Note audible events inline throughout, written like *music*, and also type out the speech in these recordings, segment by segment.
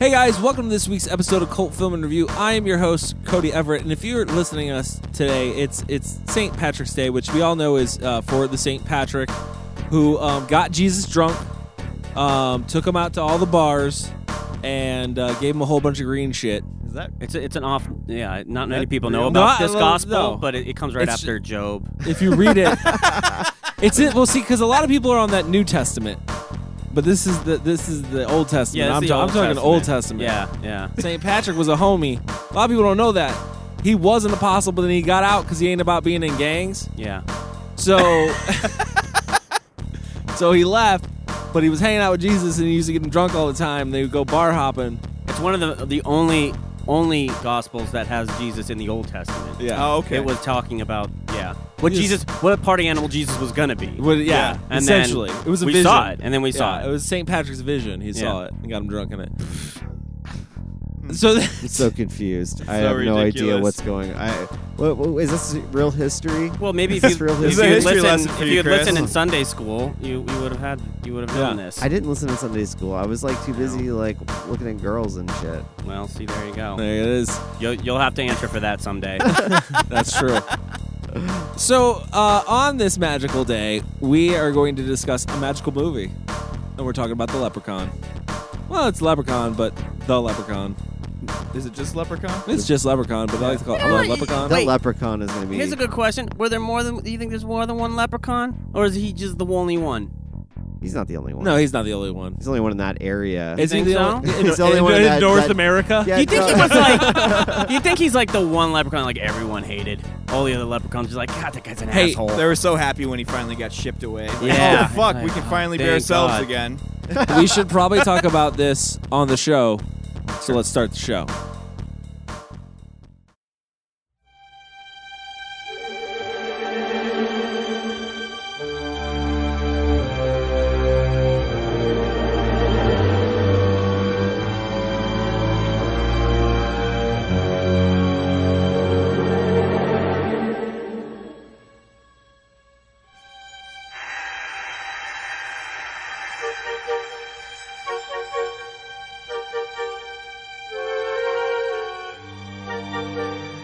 Hey guys, welcome to this week's episode of Cult Film and Review. I am your host Cody Everett, and if you're listening to us today, it's it's St. Patrick's Day, which we all know is uh, for the St. Patrick who um, got Jesus drunk, um, took him out to all the bars, and uh, gave him a whole bunch of green shit. Is that it's a, it's an off? Yeah, not many that people know real? about Not- this well, gospel, no. but it, it comes right It's- after Job. If you read *laughs* it, it's it. Well, see, because a lot of people are on that New Testament, but this is the this is the Old Testament. it's I'm, the ta- I'm talking Old Testament. Yeah, yeah. St. Patrick was a homie. A lot of people don't know that. He was an apostle, but then he got out because he ain't about being in gangs. Yeah. So, *laughs* so he left, but he was hanging out with Jesus, and he used to get him drunk all the time. They would go bar hopping. It's one of the the only only gospels that has Jesus in the Old Testament. Yeah. Oh, okay. It was talking about yeah. What Yes. Jesus what a party animal Jesus was gonna be. Would- yeah, And essentially, then it was a we vision. saw it, and then we saw Yeah, it. It was St. Patrick's vision. He saw Yeah. it and got him *laughs* drunk in it. so, *laughs* I'm so confused. I So have no idea ridiculous. what's going. I what, what, is this real history? well, maybe if This you is real if you history. had This is a history lesson listened for if you, you had Chris. listened in Sunday school, you, you would have had you would have known Yeah. this. I didn't listen to Sunday school. I was like too busy like looking at girls and shit. well, see, there you go. there it is. You'll, you'll have to answer for that someday. *laughs* That's true. so, uh, on this magical day, we are going to discuss a magical movie, and we're talking about the Leprechaun. Well, it's Leprechaun, but the Leprechaun. Is it just Leprechaun? It's just Leprechaun, but I like to call it know I'm a what? Leprechaun. The Wait. leprechaun is gonna be. Here's a good question: Were there more than? Do you think there's more than one leprechaun, or is he just the only *laughs* one? he's not the only one. No, he's not the only one. he's the only one in that area. Is he think the so? only, He's the only one that- that- America? Yeah, Do you think no. he was *laughs* like? do you think he's like the one leprechaun like everyone hated? All the other leprechauns just like, God, that guy's an Hey, asshole. They were so happy when he finally got shipped away. Like, Yeah. Oh fuck, Like, we can oh, finally be thank ourselves God. again. we should probably talk about this on the show. So let's start the show.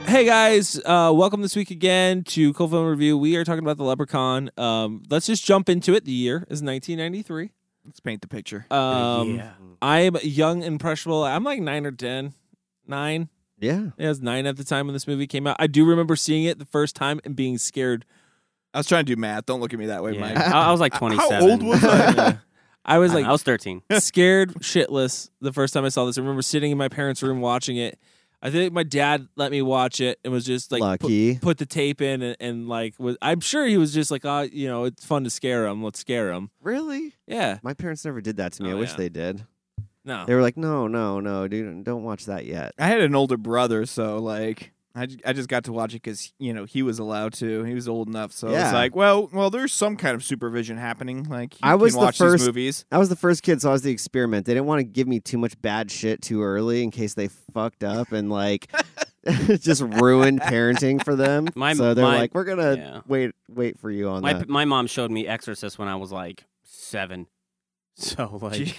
Hey guys, uh, welcome this week again to Cool Film Review. We are talking about the Leprechaun. Um, let's just jump into it. The year is 1993. Let's paint the picture. Um, Yeah. I'm young, impressionable. I'm like nine or ten, nine. *laughs* Yeah. Yeah, I was nine at the time when this movie came out. I do remember seeing it the first time and being scared. I was trying to do math. Don't look at me that way, Yeah. Mike. I, I was like How 27. old *laughs* was I? Yeah. I was I, like, I was 13. scared shitless the first time I saw this. I remember sitting in my parents' room watching it. I think my dad let me watch it and was just like put- Lucky. Put, the tape in and, and like was, I'm sure he was just like, oh, you know, it's fun to scare him. Let's scare him. Really? Yeah, My parents never did that to me. Oh, I wish yeah. Oh. they did. no, They were like, no, no, no, dude, don't watch that yet. I had an older brother, so like I, j- I just got to watch it because you know he was allowed to. He was old enough, so it's Yeah. like, well, well, there's some kind of supervision happening. Like you I was can the watch first- these movies. I was the first kid, so I was the experiment. They didn't want to give me too much bad shit too early in case they fucked up and like *laughs* just ruined parenting for them. *laughs* My- so they're my- like, we're gonna yeah. wait, wait for you on My, that. my mom showed me Exorcist when I was like seven. *laughs* So like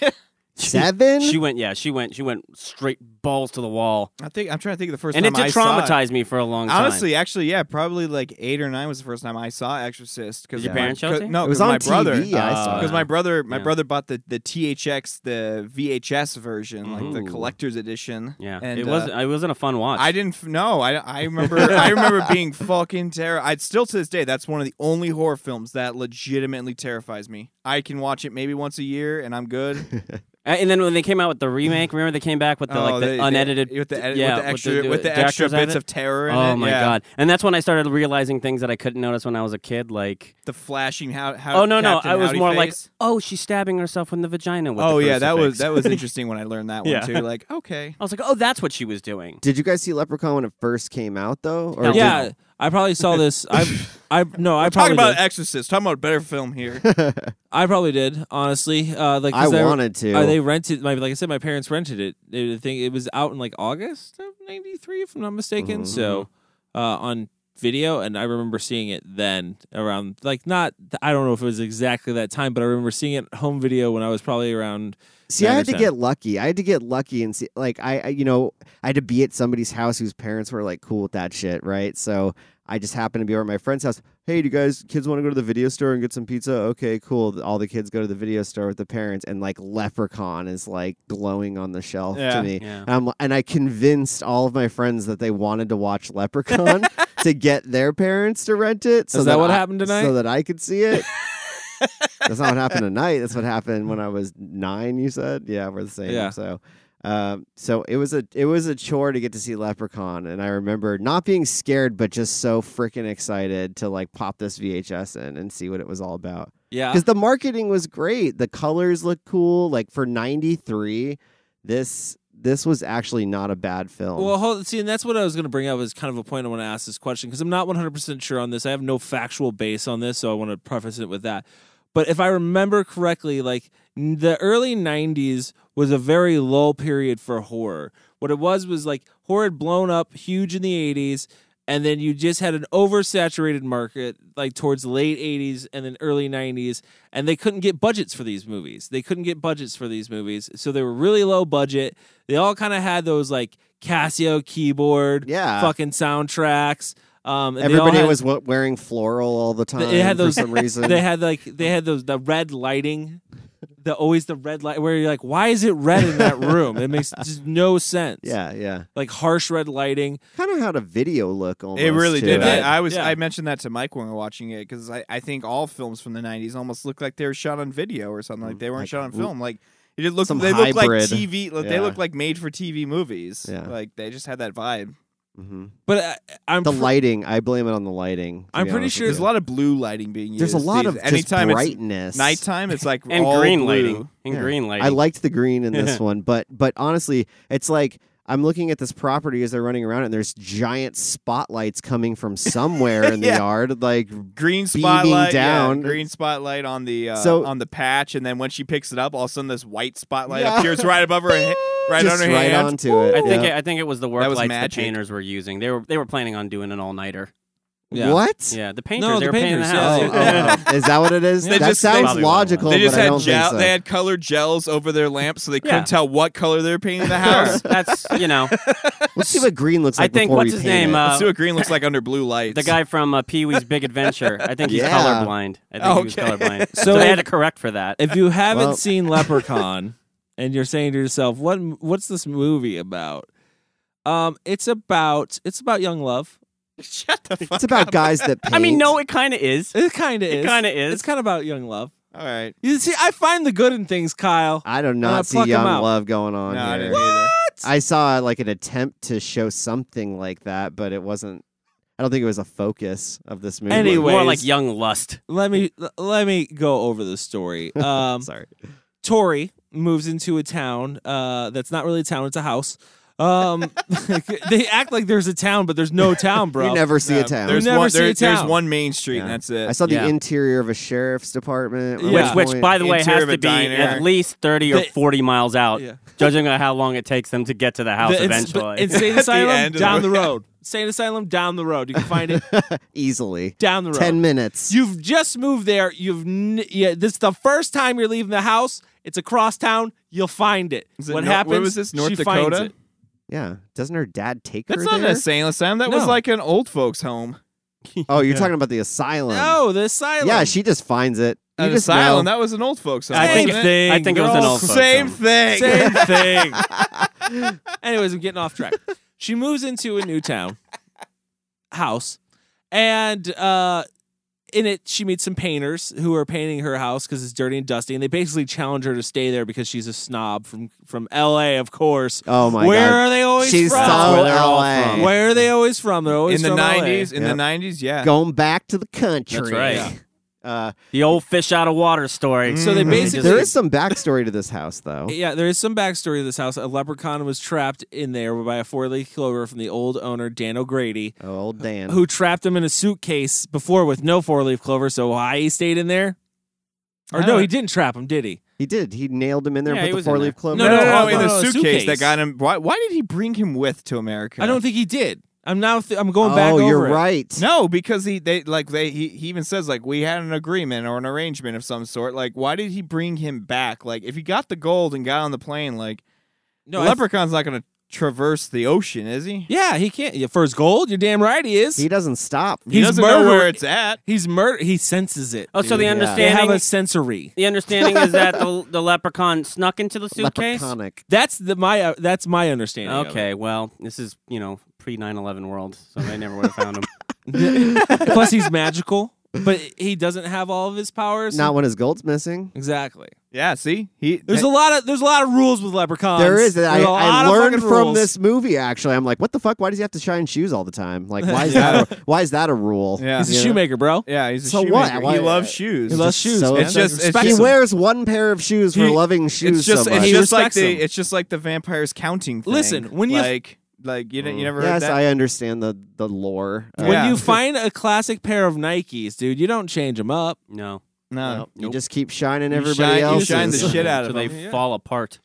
Seven? She went, yeah, she went, she went straight balls to the wall, *laughs* I think I'm trying to think of the first and it time did I saw it. traumatize me for a long time. Honestly, actually, yeah, probably like eight or nine was the first time I saw Exorcist. Because Did your parents show it to you? No, It was 'cause on my brother. TV, I saw Because it. my brother, my Yeah. brother bought the, the THX, the VHS version, like the Ooh. collector's edition. yeah, and, it uh, wasn't, it wasn't a fun watch. I didn't f- no. I, I remember. *laughs* I remember being fucking terrified. I'd still to this day. That's one of the *laughs* only horror films that legitimately terrifies me. I can watch it maybe once a year, and I'm good. A- And then when they came out with the *sighs* remake, remember they came back with the Oh, like the they- they- unedited, with the edit- yeah, with the extra with the, director's extra bits edit? of terror. In Oh it, my yeah. god! And that's when I started realizing things that I couldn't notice when I was a kid, like The flashing how how. oh no no, Captain I was Howdy more like face. oh she's stabbing herself in the vagina with Oh the yeah, that was crucifix." that *laughs* was interesting when I learned that one Yeah. too. Like okay, I was like oh that's what she was doing. Did you guys see Leprechaun when it first came out though? Or No. did- yeah, I probably saw this. I I no, I talking probably about did. Exorcist, talking about a better film here. *laughs* I probably did honestly. Uh, like 'cause I they- wanted to. Uh, they rented my like I said, my parents rented it. They, I think it was out in like August of '93, if I'm not mistaken. So uh, on video, and I remember seeing it then around like not I don't know if it was exactly that time, but I remember seeing it home video when I was probably around. See, I had to 9%. get lucky. I had to get lucky and see, like, I, I, you know, I had to be at somebody's house whose parents were like cool with that shit, right? So I just happened to be over at my friend's house. Hey, do you guys, kids want to go to the video store and get some pizza? Okay, cool. All the kids go to the video store with the parents, and like Leprechaun is like glowing on the shelf Yeah. to me. Yeah. And, I'm, and I convinced all of my friends that they wanted to watch Leprechaun to get their parents to rent it. So Is that what I- happened tonight? So that I could see *laughs* it. That's not what happened tonight. That's what happened when I was nine. You said, yeah, we're the same. Yeah. So, um, so it was a it was a chore to get to see Leprechaun, and I remember not being scared, but just so freaking excited to like pop this VHS in and see what it was all about. Yeah, Because the marketing was great. The colors looked cool. Like for '93, this this was actually not a bad film. Well, hold, see, and that's what I was going to bring up as kind of a point I want to ask this question because I'm not 100% sure on this. I have no factual base on this, so I want to preface it with that. But if I remember correctly, like n- the early 90s was a very low period for horror. What it was was like horror had blown up huge in the 80s, and then you just had an oversaturated market like towards late 80s and then early 90s and they couldn't get budgets for these movies they couldn't get budgets for these movies so they were really low budget they all kind of had those like casio keyboard Yeah. fucking soundtracks um and they all Everybody had- was wa- wearing floral all the time. they had those for some reason. *laughs* they had like they had those the red lighting the always the red light where you're like why is it red in that room *laughs* it makes just no sense yeah, yeah. like harsh red lighting Kind of had a video look almost. It really to did. It did, I, I was yeah. I mentioned that to Mike when we were watching it because I, I think all films from the '90s almost look like they were shot on video or something. Like they weren't Mm, Like, shot on w- film. Like it did look. some They look like hybrid. TV. Like, They Yeah. look like made for TV movies. Yeah. Like they just had that vibe. Mhm. but I, i'm The pre- lighting, I blame it on the lighting. to I'm be pretty honest sure with There's you. a lot of blue lighting being used. There's a lot these- of just anytime brightness. It's nighttime, it's like And all green blue. lighting. And Yeah. green lighting. I liked the green in this one, but but honestly, it's like I'm looking at this property as they're running around, and there's giant spotlights coming from somewhere in the Yeah. yard. Like, Beaming Green spotlight yeah, down. green spotlight on the uh, So- on the patch, and then when she picks it up, all of a sudden this white spotlight Yeah. appears *laughs* right above her, he- right just on her right hand. onto it. I think yeah. it, I think it was the work That was lights magic. the painters were using. They were they were planning on doing an all nighter. Yeah. What? Yeah, the painters. the *laughs* they were painting the painters, house. Oh, *laughs* oh, oh. is that what it is? that They just- they- sounds Probably what it was. logical. They just but I had don't gel. think so. They had colored gels over their lamps, so they couldn't Yeah. tell what color they were painting the house. That's you know. Let's see what green looks I like. think before we what's his paint name? it. Uh, Let's see what green looks like under blue lights. the guy from uh, Pee Wee's Big Adventure. I think he's Yeah. colorblind. I think he was Okay. colorblind. *laughs* So So, they if- had to correct for that. if you haven't Well- *laughs* seen Leprechaun and you're saying to yourself, "What what's this movie about?" Um, it's about it's about young love. Shut the fuck it's about guys that paint. I mean, no, it kind of is. It kind of It is. kinda is. It's kind of about young love. All right. You see, I find the good in things, Kyle. I do Uh, not see pluck 'em young out. love going No, on I here. didn't either. I saw like an attempt to show something like that, but it wasn't. I don't think it was a focus of this movie. Anyway. More Anyways. like young lust. Let me let me go over the story. Um, sorry. Tori moves into a town uh, that's not really a town; it's a house. Um, *laughs* they act like there's a town, but there's no town, *laughs* bro. you never see No, a town. There's You never one, see there- a There's town. one main street, and Yeah. that's it. I saw the Yeah. interior of a sheriff's department. at Yeah. one Which, point. by the way, Interior has of a to be diner. at least 30 or They- 40 miles out, Yeah. judging on how long it takes them to get to the house The ins- eventually. *laughs* insane asylum end of the down the movie. road. Insane asylum down the road. You can *laughs* find it easily down the road. ten minutes. You've just moved there. You've n- yeah. This is the first time you're leaving the house. It's across town. You'll find it. Is it what Nor- where happens? was this, North she Dakota? Finds it. yeah, doesn't her dad take That's her not an there? insane asylum. That was No. like an old folks' home. Oh, you're talking about the asylum. No, the asylum. Yeah, she just finds it. You An just asylum. know. That was an old folks' home. *laughs* I think wasn't Same it? thing. I think it was girl. an old folks' *laughs* Same home. thing. Same thing. Anyways, I'm getting off track. She moves into a new town house, and uh, in it, she meets some painters who are painting her house because it's dirty and dusty, and they basically challenge her to stay there because she's a snob from from L.A. Of course. Oh my Where God. are they always She's from? so where, they're all LA. from. Where are they always from? They're always in the from LA. nineties. In Yep. the nineties, yeah. Going back to the country. That's right. Uh, The old fish out of water story. So they basically there is some backstory to this house, *laughs* though. Yeah, there is some backstory to this house. A leprechaun was trapped in there by a four-leaf clover from the old owner Dan O'Grady, Oh, old Dan. who trapped him in a suitcase before with no four-leaf clover. So why he stayed in there? Or I no, don't- he didn't trap him, did he? He did. He nailed him in there Yeah, and he put the was in four leaf there. clover. No, no, no, in Oh, no, the no, suitcase, suitcase. that got him. Why, why did he bring him with to America? I don't think he did. I'm now. Th- I'm going oh, back. over you're it. right. No, because he they like they he, he even says like we had an agreement or an arrangement of some sort. Like, why did he bring him back? Like, if he got the gold and got on the plane, like No, the I- leprechaun's not going to traverse the ocean, is he? yeah, he can't. Yeah, for his gold, you're damn right he is. He doesn't stop. He He's doesn't know where murdered. it's at. He's murder. He senses it. Oh, so the dude. They understanding have a sensory. the understanding is that the, *laughs* the leprechaun snuck into the suitcase. Leprechaunic. That's the my. Uh, that's my understanding. of it. *laughs* Okay, well, this is you know pre 9/11 world, so they never would have found *laughs* him. Plus, he's magical, but he doesn't have all of his powers. Not when his gold's missing. exactly. Yeah, see, he There's a lot of there's a lot of rules with leprechauns. There is. There's I, a I lot of learned fucking from rules. this movie. Actually, I'm like, what the fuck? Why does he have to shine shoes all the time? *laughs* Like, why is that? A, why is that a rule? Yeah. He's a You know? shoemaker, bro. yeah, he's a So shoemaker. what? Why- He loves shoes. He loves just shoes. so man. it's just- it's Respect He just- him. wears one pair of shoes for He- loving shoes It's just so much. it's He just like respects the him. it's just like the vampires counting thing. Listen, when you- like like you, you never heard Mm. yes, that. I understand the the lore. Uh, When Yeah. you find a classic pair of Nikes, dude, you don't change them up. No, no, you just keep shining You everybody shine- you else. shine the shit out so of they him. fall apart.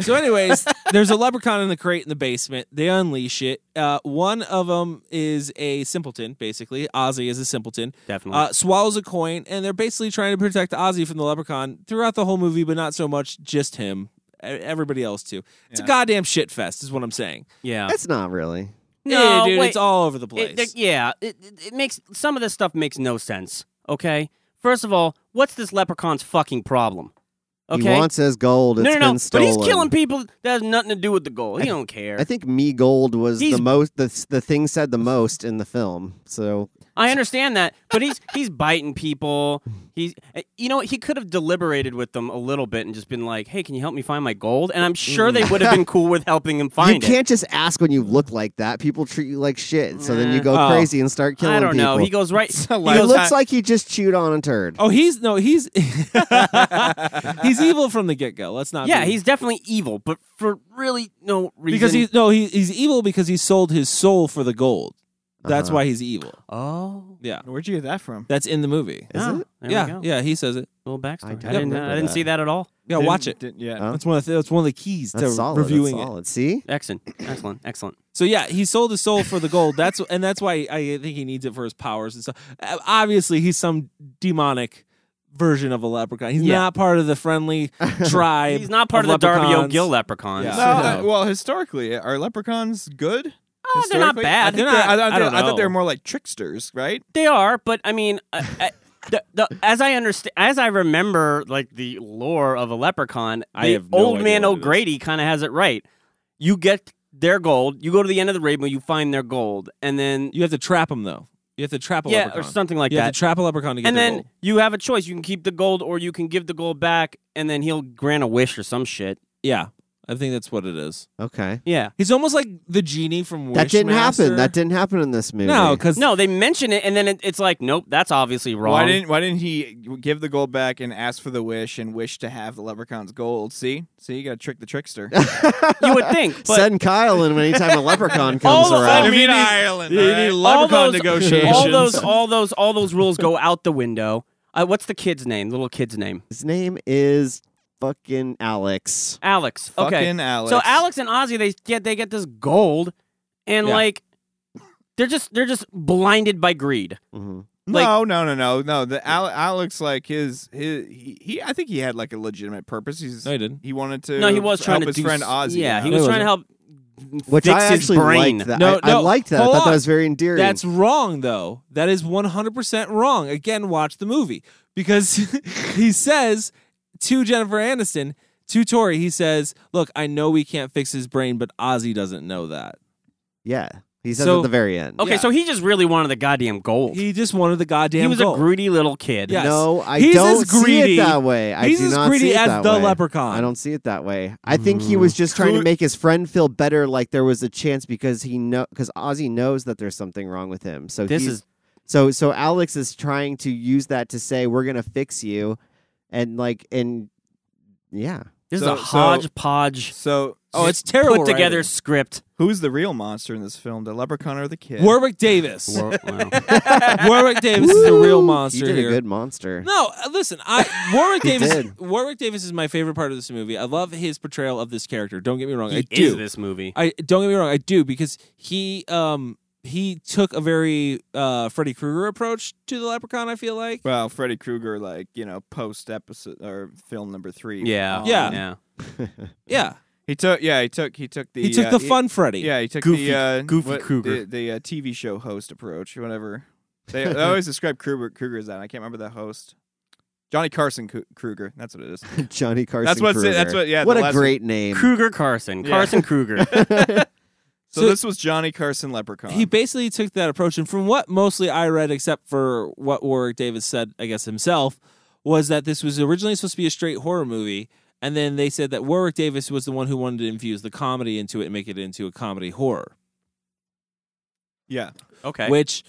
So, *laughs* anyways, there's a leprechaun in the crate in the basement. They unleash it. Uh, one of them is a simpleton, basically. Ozzy is a simpleton. Definitely. Uh, swallows a coin, and they're basically trying to protect Ozzy from the leprechaun throughout the whole movie, but not so much just him. E- Everybody else too. It's a Yeah. goddamn shit fest, is what I'm saying. yeah. It's not really. No, yeah, dude, wait. it's all over the place. It- th- yeah, it, it, it makes some of this stuff makes no sense. Okay, first of all, what's this leprechaun's fucking problem? Okay, He wants his gold. It's no, no, no, been stolen. but he's killing people that has nothing to do with the goal. He don't care. I, I think me gold was He's- the most the the thing said the most in the film. So understand that, but he's he's biting people. He's uh, you know what? he could have deliberated with them a little bit and just been like, hey, can you help me find my gold? And I'm sure they would have *laughs* been cool with helping him Mm-hmm. you find it. can't just ask when you look like that. People treat you like shit. So then you go Oh. crazy and start killing Mm. I don't know. He people. goes *laughs* right. a he lot He goes- of looks time- like he just chewed on a turd. oh, he's *laughs* no, he's *laughs* he's evil from the get go. Let's not. yeah, be- he's definitely evil, but for really no reason. because he's no, he, he's evil because he sold his soul for the gold. That's Uh-huh. why he's evil. oh, Yeah, Where'd you get that from? that's in the movie. Is Ah, it? there we yeah, go. yeah, he says it. Little backstory. I, don't didn't, remember I didn't that. see that at all. Yeah, Didn't- watch it. didn't- yeah. Huh? That's one of the, that's one of the keys That's to solid. reviewing That's it. solid. See? Excellent, excellent, excellent. So yeah, he sold his soul for the gold. That's and that's why I think he needs it for his powers and stuff. Uh, Obviously, he's some demonic version of a leprechaun. He's Yeah. not part of *laughs* the friendly tribe. He's not part of, the Darby leprechauns. O'Gill leprechauns. uh, Yeah. *laughs* No, No. I- well, historically, are leprechauns good? Oh, they're not Historically? bad. I think They're they're- not- I, thought I they- don't I thought they know. were more like tricksters, right? They are, but I mean, I, I, the, the, as I understand, as I remember, like the lore of a leprechaun, the I have no old idea man what it is. O'Grady kind of has it right. You get their gold. You go to the end of the rainbow. You find their gold, and then You have to trap him though. You have to trap a yeah, leprechaun or something like you that. have to trap a leprechaun to get and the then gold. you have a choice. You can keep the gold, or you can give the gold back, and then he'll grant a wish or some shit. Yeah, I think that's what it is. Okay. Yeah. He's almost like the genie from That didn't Wishmaster. happen. That didn't happen in this movie. no, *laughs* because No, they mention it, and then it, it's like, nope, that's obviously wrong. Why didn't Why didn't he give the gold back and ask for the wish and wish to have the leprechaun's gold? See, see, you got to trick the trickster. you would *laughs* think, but Send Kyle in anytime a leprechaun *laughs* comes All of around. them- mean, he's- Ireland. you all right? need all leprechaun those, negotiations. all those, all those, all those rules go out the window. Uh, what's the kid's name? Little kid's name? His name is fucking Alex. Alex. okay. Fucking Alex. So Alex and Ozzy, they get they get this gold, and Yeah. like they're just they're just blinded by greed. hmm like- no, no, no, no, no. The Al- Alex, like his, his, he, he, I think he had like a legitimate purpose. He's, no, he didn't. he wanted to. no, he was help trying to his do friend s- Ozzy. Yeah, out. he was No, trying to help. Which fix I actually his brain. liked that. No, I, I no, liked that. I hold thought that on. was very endearing. That's wrong, though. That is 100% wrong. Again, watch the movie because *laughs* he says to Jennifer Aniston, to Tori, he says, Look, I know we can't fix his brain, but Ozzy doesn't know that. yeah. He says So- at the very end. Okay, Yeah. so he just really wanted the goddamn gold. He, He just wanted the goddamn. was gold. a greedy little kid. Yeah. yes. No, I He's don't as greedy- see it that way. I he's do as not greedy see it as that the way. leprechaun. Mm. I don't see it that way. I think he was just trying to make his friend feel better, like there was a chance because he know because Ozzy knows that there's something wrong with him. So This he's- is- so so Alex is trying to use that to say we're gonna fix you, and like and yeah, This So- is a so- hodgepodge. *laughs* So, Oh, it's terrible. Put together writing. script. *laughs* who's the real monster in this film? The leprechaun or the kid? Warwick Davis. Wow. Warwick Davis is a real he monster did here. a good monster. *laughs* No, uh, listen, I Warwick He Davis. did. Warwick Davis is my favorite part of this movie. I love his portrayal of this character. Don't get me *laughs* wrong, I He do. is this movie. I don't get me wrong, I do because he um he took a very uh Freddy Krueger approach to the Leprechaun. I feel like. Well, Freddy Krueger, like you know, post episode or film number three. Um, yeah. Yeah. Yeah. Yeah, he took. Yeah, he took. He took the. he took uh, the fun Freddy. Yeah, he took Goofy- the uh, Goofy what- Krueger. the, the uh, TV show host approach, whatever. *laughs* They, they always describe Krueger, Krueger as that. and I can't remember the host. Johnny Carson Ku- Krueger. *laughs* That's what it is. Johnny Carson. That's what's it- Kruger. that's what- yeah, the What a last- great name. Kruger Carson. Yeah. Carson Kruger. So, So- this was Johnny Carson Leprechaun. He basically took that approach, and from what mostly I read, except for what Warwick Davis said, I guess himself, was that this was originally supposed to be a straight horror movie, and then they said that Warwick Davis was the one who wanted to infuse the comedy into it and make it into a comedy horror. yeah, okay. Which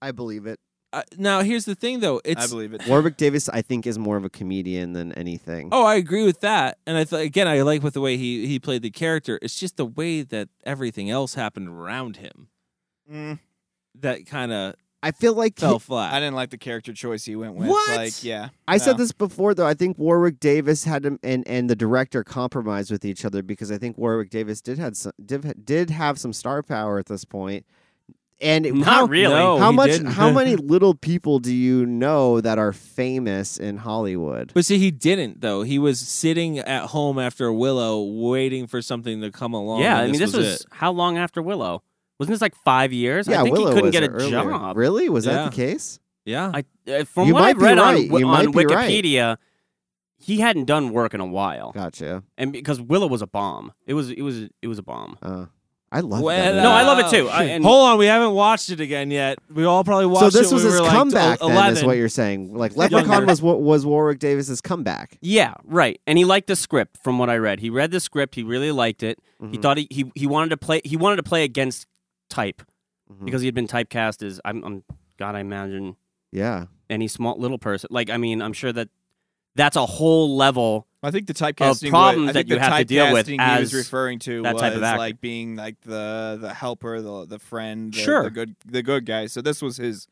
I *laughs* believe it. uh, now here's the thing, though, it's I believe it. Warwick Davis, I think, is more of a comedian than anything. Oh, I agree with that, and I th- again, I like with the way he he played the character. It's just the way that everything else happened around him Mm, that kind of I feel like fell I flat. didn't like the character choice he went with. What? Like, yeah, I said No. this before, though. I think Warwick Davis had him and, and the director compromised with each other because I think Warwick Davis did had some, did, did have some star power at this point. And it- Not how, really. No, how he much? didn't. *laughs* How many little people do you know that are famous in Hollywood? *laughs* But see, he didn't though. He was sitting at home after Willow, waiting for something to come along. yeah. and I mean, this was, it. how long after Willow? Wasn't this like five years? yeah, I think Willow he couldn't was get a earlier. job. Really? Was Yeah. that the case? yeah. I, uh, from You what I might be read on, right. Wi- You on might be right. Wikipedia, he hadn't done work in a while, Gotcha. and because Willow was a bomb, it was it was it was a bomb. Uh, I love Well, that. No, I movie. love it too. I- and- Hold on, we haven't watched it again yet. We all probably watched. So this it was when we his were, like, comeback. el- then Eleven is what you're saying. Like Younger. Leprechaun was wa- was Warwick Davis's comeback. Yeah, right. And he liked the script from what I read. He read the script. He really liked it. He Mm-hmm. thought he, he he wanted to play. He wanted to play against type Mm-hmm. because he had been typecast as I'm, I'm God. I imagine Yeah. any small little person. Like I mean, I'm sure that that's a whole level. I think the typecasting problem was, that I think you the have to deal with typecasting he as was referring to that was type of actor. like being like the the helper, the the friend, the, Sure. the good the good guy. So this was his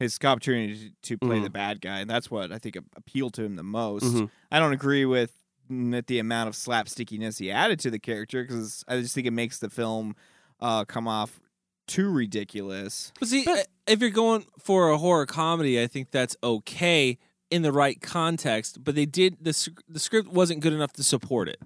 his opportunity to play Mm-hmm. the bad guy, and that's what I think a- appealed to him the most. Mhm. I don't agree with mm, the amount of slapstickiness he added to the character because I just think it makes the film uh, come off too ridiculous. But see, if you're going for a horror comedy, I think that's okay in the right context. But they did the sc- the script wasn't good enough to support it.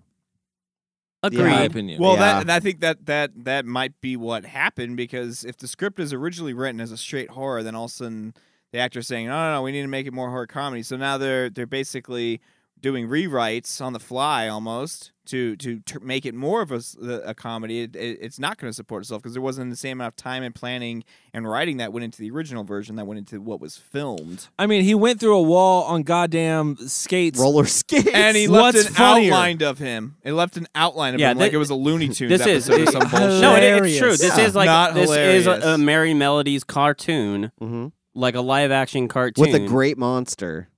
Agreed. In my Yeah. opinion. Well, Yeah. that and I think that that that might be what happened because if the script is originally written as a straight horror, then all of a sudden the actor's saying, "No, no, no, we need to make it more horror comedy." So now they're they're basically doing rewrites on the fly almost to to t- make it more of a, s- the- a comedy. It, it, it's not going to support itself because there wasn't the same amount of time and planning and writing that went into the original version that went into what was filmed. I mean, he went through a wall on goddamn skates. Roller skates. And he left What's an funnier? outline of him. It left an outline of Yeah, him like thi- it was a *laughs* Looney Tunes This is episode or some *laughs* bullshit. no, it, it's true. This Yeah. is like Not this is hilarious. a, a Merry Melodies cartoon, hmm like a live action cartoon with a great monster.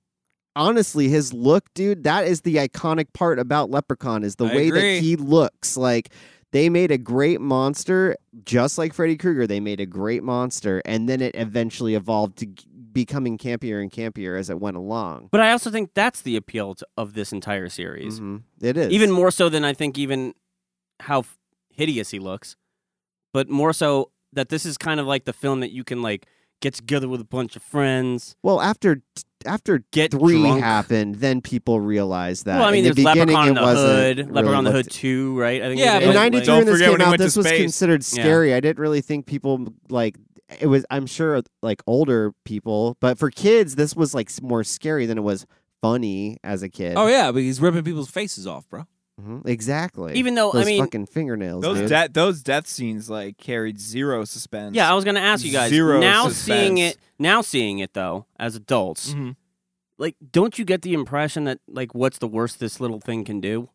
Honestly, his look, dude, that is the iconic part about Leprechaun is the I way agree. that he looks. Like they made a great monster, just like Freddy Krueger. They made a great monster, and then it eventually evolved to g- becoming campier and campier as it went along. But I also think that's the appeal to, of this entire series. Mhm. It is even more so than I think even how f- hideous he looks, but more so that this is kind of like the film that you can like get together with a bunch of friends. Well, after after Get three drunk. happened, then people realized that. well, I mean, in there's the beginning, Leprechaun in it the wasn't Hood, really Leprechaun in the Hood looked- two, right? I think it Yeah, but- in was, Don't '93 Don't when this forget came when he out, went to this was space. considered Yeah. scary. I didn't really think people like it was. I'm sure like older people, but for kids, this was like s- more scary than it was funny as a kid. Oh, Oh yeah, but he's ripping people's faces off, bro. Mhm, Exactly. Even though, I those mean- fucking fingernails. Those dude. de- those death scenes like carried zero suspense. Yeah, I was going to ask you guys. Zero now suspense. seeing it, now seeing it though, as adults, Mhm. like, don't you get the impression that like, what's the worst this little thing can do?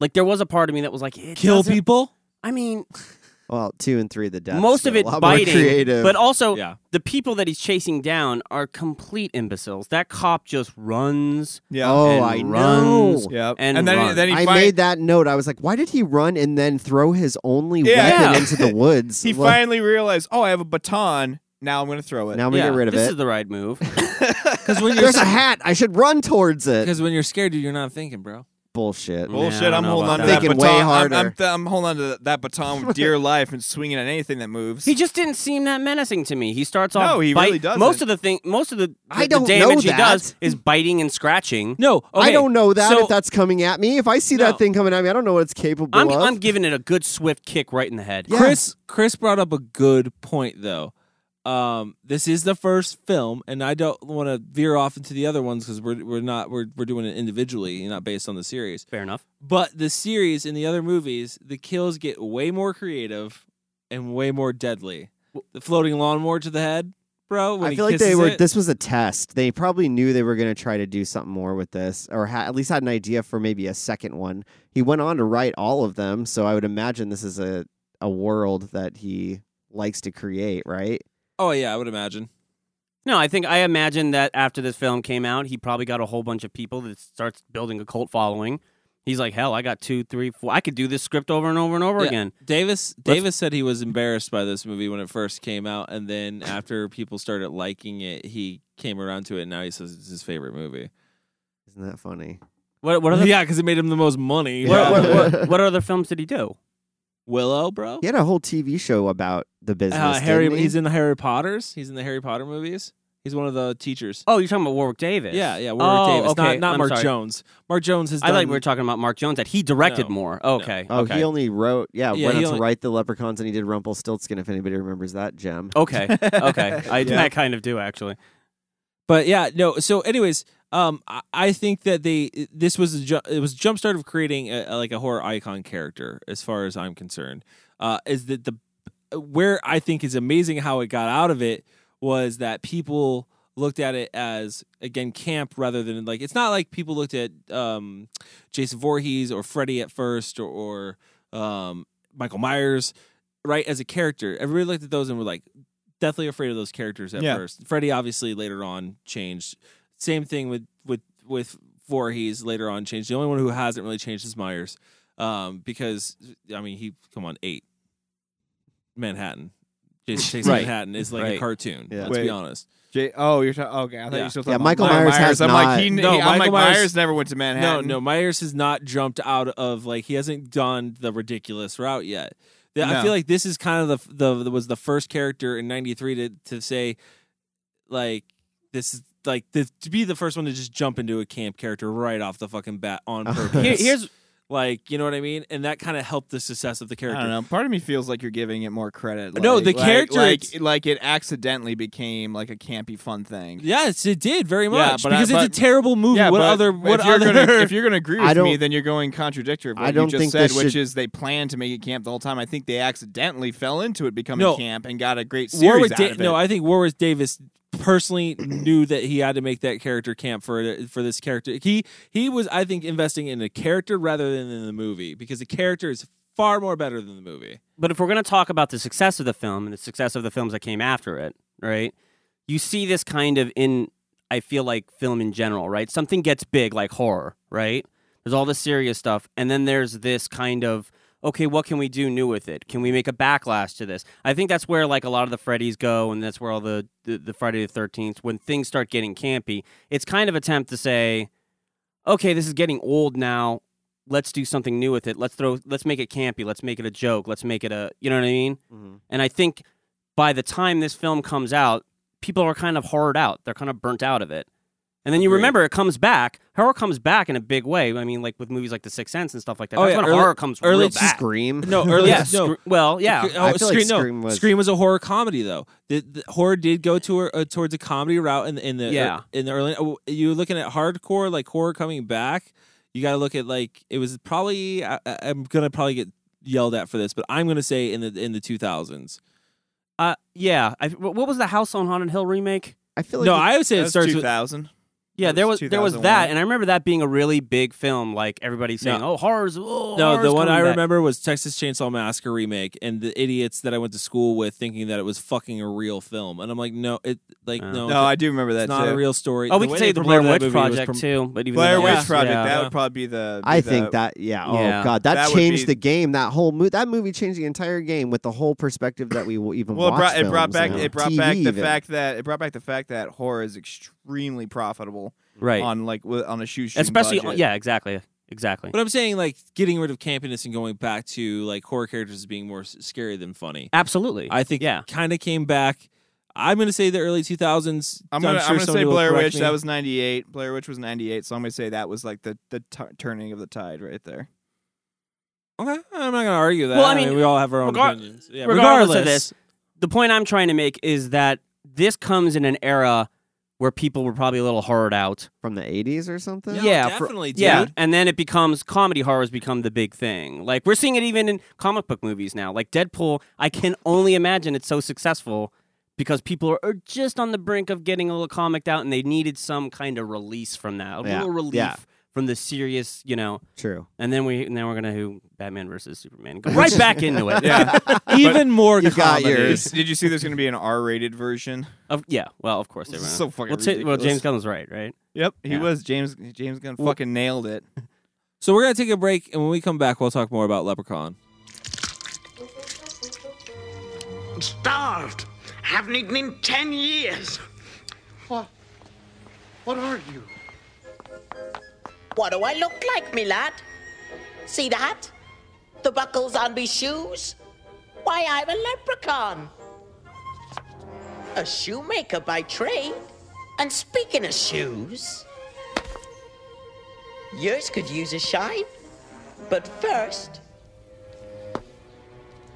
Like, there was a part of me that was like, it Kill doesn't- people? I mean, Well, two and three. The deaths. most of are a it lot more biting, creative. but also Yeah. the people that he's chasing down are complete imbeciles. That cop just runs. Yeah. oh, and I runs. know. Yep. And then run. then he I fin- made that note. I was like, why did he run and then throw his only Yeah. weapon Yeah. into the woods? he Well, finally realized, oh, I have a baton. Now I'm gonna throw it. now we yeah, get rid of this it. is the right move. *laughs* Because when *laughs* you're There's a hat. I should run towards it. because when you're scared, dude, you're not thinking, bro. Bullshit. Well, Bullshit! Yeah, I don't I'm know holding about on to that. that Thinking baton. way I'm, I'm, harder. th- I'm holding on to that *laughs* baton with dear life and swinging at anything that moves. He just didn't seem that menacing to me. He starts off. No, he bite- really doesn't. Most of the thing, most of the, the, I don't the know damage he that. does is biting and scratching. No, I okay, don't know that so if that's coming at me. If I see No. that thing coming at me, I don't know what it's capable I'm, of. I'm giving it a good swift kick right in the head. Yeah. Chris Chris brought up a good point though. Um, this is the first film, and I don't want to veer off into the other ones because we're we're not we're we're doing it individually, not based on the series. Fair enough. But the series and the other movies, the kills get way more creative and way more deadly. The floating lawnmower to the head, bro. When I he feel like they kisses were. it- This was a test. They probably knew they were going to try to do something more with this, or ha- at least had an idea for maybe a second one. He went on to write all of them, so I would imagine this is a a world that he likes to create, right? Oh yeah, I would imagine. No, I think I imagine that after this film came out, he probably got a whole bunch of people that starts building a cult following. He's like, hell, I got two, three, four. I could do this script over and over and over Yeah. again. Davis Davis said he was embarrassed by this movie when it first came out, and then after people started liking it, he came around to it, and now he says it's his favorite movie. Isn't that funny? What what other Yeah, because it made him the most *laughs* money. what, Yeah. what, *laughs* what, what other films did he do? Willow, bro. He had a whole TV show about the business. Uh, Harry. didn't he? He's in the Harry Potter's. He's in the Harry Potter movies. He's one of the teachers. Oh, you're talking about Warwick Davis. Yeah, yeah. Warwick Oh, Davis, okay. not, not I'm Mark sorry. Jones. Mark Jones has. I done, thought we were talking about Mark Jones that he directed No. more. Okay. Oh, okay. he only wrote, yeah, Yeah, went he on only- to write the Leprechauns, and he did Rumpelstiltskin. If anybody remembers that gem, Okay. *laughs* Okay. I, Yeah. I kind of do actually. But yeah, no. So, anyways, um, I, I think that they this was a ju- it was a jumpstart of creating a, a- like a horror icon character, as far as I'm concerned. Uh, is that the where I think is amazing how it got out of it was that people looked at it as again camp rather than like it's not like people looked at um, Jason Voorhees or Freddy at first or, or um, Michael Myers right as a character. Everybody looked at those and were like deathly afraid of those characters at Yeah. first. Freddy obviously later on changed. Same thing with with with Voorhees later on changed. The only one who hasn't really changed is Myers, um, because I mean he come on eight Manhattan. Jason Takes Right. Manhattan is like a Right. cartoon. Yeah. Let's Wait. be honest. J- oh, you're talking. Okay, I thought you Yeah. were still Yeah, talking. about Michael Myers has I'm not- like he, No, he- I'm Michael like, Myers- Myers never went to Manhattan. No, no, Myers has not jumped out of like he hasn't done the ridiculous route yet. The- I No. feel like this is kind of the the was the first character in '93 to to say like this is like the, to be the first one to just jump into a camp character right off the fucking bat on purpose. Here, here's like you know what I mean, and that kind of helped the success of the I character. don't know. Part of me feels like you're giving it more credit. No, like- the like- character- like, like it accidentally became like a campy fun thing. Yes, it did very Yeah, much but I- because but- it's a terrible movie. Yeah, what but other? if What you're other? Gonna, if you're going *laughs* to agree I with me, don't- then you're going contradictory of what I don't you just think said, this which should- is they planned to make it camp the whole time. I think they accidentally fell into it becoming No. camp and got a *laughs* great series Warwick out Da- of it. no, I think Warwick Davis personally knew that he had to make that character camp for for this character. He he was I think investing in the character rather than in the movie because the character is far more better than the movie. But if we're going to talk about the success of the film and the success of the films that came after it, right? You see this kind of in, I feel like, film in general, right? Something gets big, like horror, right? There's all the serious stuff. And then there's this kind of, okay, what can we do new with it? Can we make a backlash to this? I think that's where, like, a lot of the Freddy's go, and that's where all the, the, the Friday the 13th, when things start getting campy, it's kind of attempt to say, okay, this is getting old now let's do something new with it. Let's throw let's make it campy. Let's make it a joke. Let's make it a you know what I mean? Mm-hmm. Mhm. And I think by the time this film comes out, people are kind of horrored out. They're kind of burnt out of it. And then you Agreed. remember it comes back. Horror comes back in a big way. I mean, like with movies like The Sixth Sense and stuff like that. Oh, That's yeah, when early- horror comes early real to back. Scream. *laughs* No, early yeah, no. scr- well, yeah. Okay, oh, I feel like Scream, no. Scream was- Scream was a horror comedy though. The, the horror did go to uh, towards a comedy route in the uh, in the Yeah. in the early. oh, You were looking at hardcore like horror coming back. You got to look at like it was probably I, I- I'm gonna probably get yelled at for this, but I'm gonna say in the in the 2000s. Uh, yeah. I, wh- what was the House on Haunted Hill remake? I feel like no, it- I would say That it was starts with 2000. Yeah, That there was was there was 2001. that, and I remember that being a really big film. Like everybody saying, "Oh, horrors!" Oh, No, the horror's one I coming back." remember was Texas Chainsaw Massacre remake, and the idiots that I went to school with thinking that it was fucking a real film, and I'm like, no, it like Oh. no, No, I do remember that it's not too. a real story. Oh, we The could way say they the Blair promoted that Witch movie was Project prom- too, but even Blair though- Witch yeah, Project. yeah. that yeah. would probably be the. I be think the- that yeah oh Yeah. god that, That would changed be- the game that whole movie that movie changed the entire game with the whole perspective that we will even Well, it watch brought, it brought films back uh, and it brought TV back the even. fact that it brought back the fact that horror is extremely profitable right, on like wi- on a shoestring especially budget. yeah, exactly, exactly. But I'm saying like getting rid of campiness and going back to like horror characters as being more s- scary than funny. Absolutely, I think yeah. kind of came back. I'm gonna say the early 2000s. I'm gonna, I'm, sure gonna say somebody will Blair correct Witch. me. That was '98. Blair Witch was '98, so I'm gonna say that was like the the t- turning of the tide right there. okay. I'm not gonna argue that. Well, I I mean, mean, we all have our own regar- opinions. Yeah, regardless of this, the point I'm trying to make is that this comes in an era where people were probably a little horrored out. from the 80s or something No, yeah, for- definitely, Yeah, dude. and then it becomes comedy horrors become the big thing. Like we're seeing it even in comic book movies now. Like Deadpool, I can only imagine it's so successful because people are, are just on the brink of getting a little comicked out, and they needed some kind of release from that, a Yeah, little relief yeah. from the serious, you know. true And then we, and then we're gonna do Batman versus *laughs* Superman, go right back into it. *laughs* yeah, Even more You got comedy. yours. Did you see there's gonna be an R-rated version? of, yeah. Well, of course they're gonna. So fucking well, t- well, ridiculous. James Gunn was right, right? Yep, he Yeah. was James. James Gunn fucking nailed it. So we're gonna take a break, and when we come back, we'll talk more about Leprechaun. starved. Haven't eaten in ten years. What? What are you? What do I look like, me lad? See the hat? The buckles on me shoes? Why, I'm a leprechaun. A shoemaker by trade. And speaking of shoes, yours could use a shine. But first,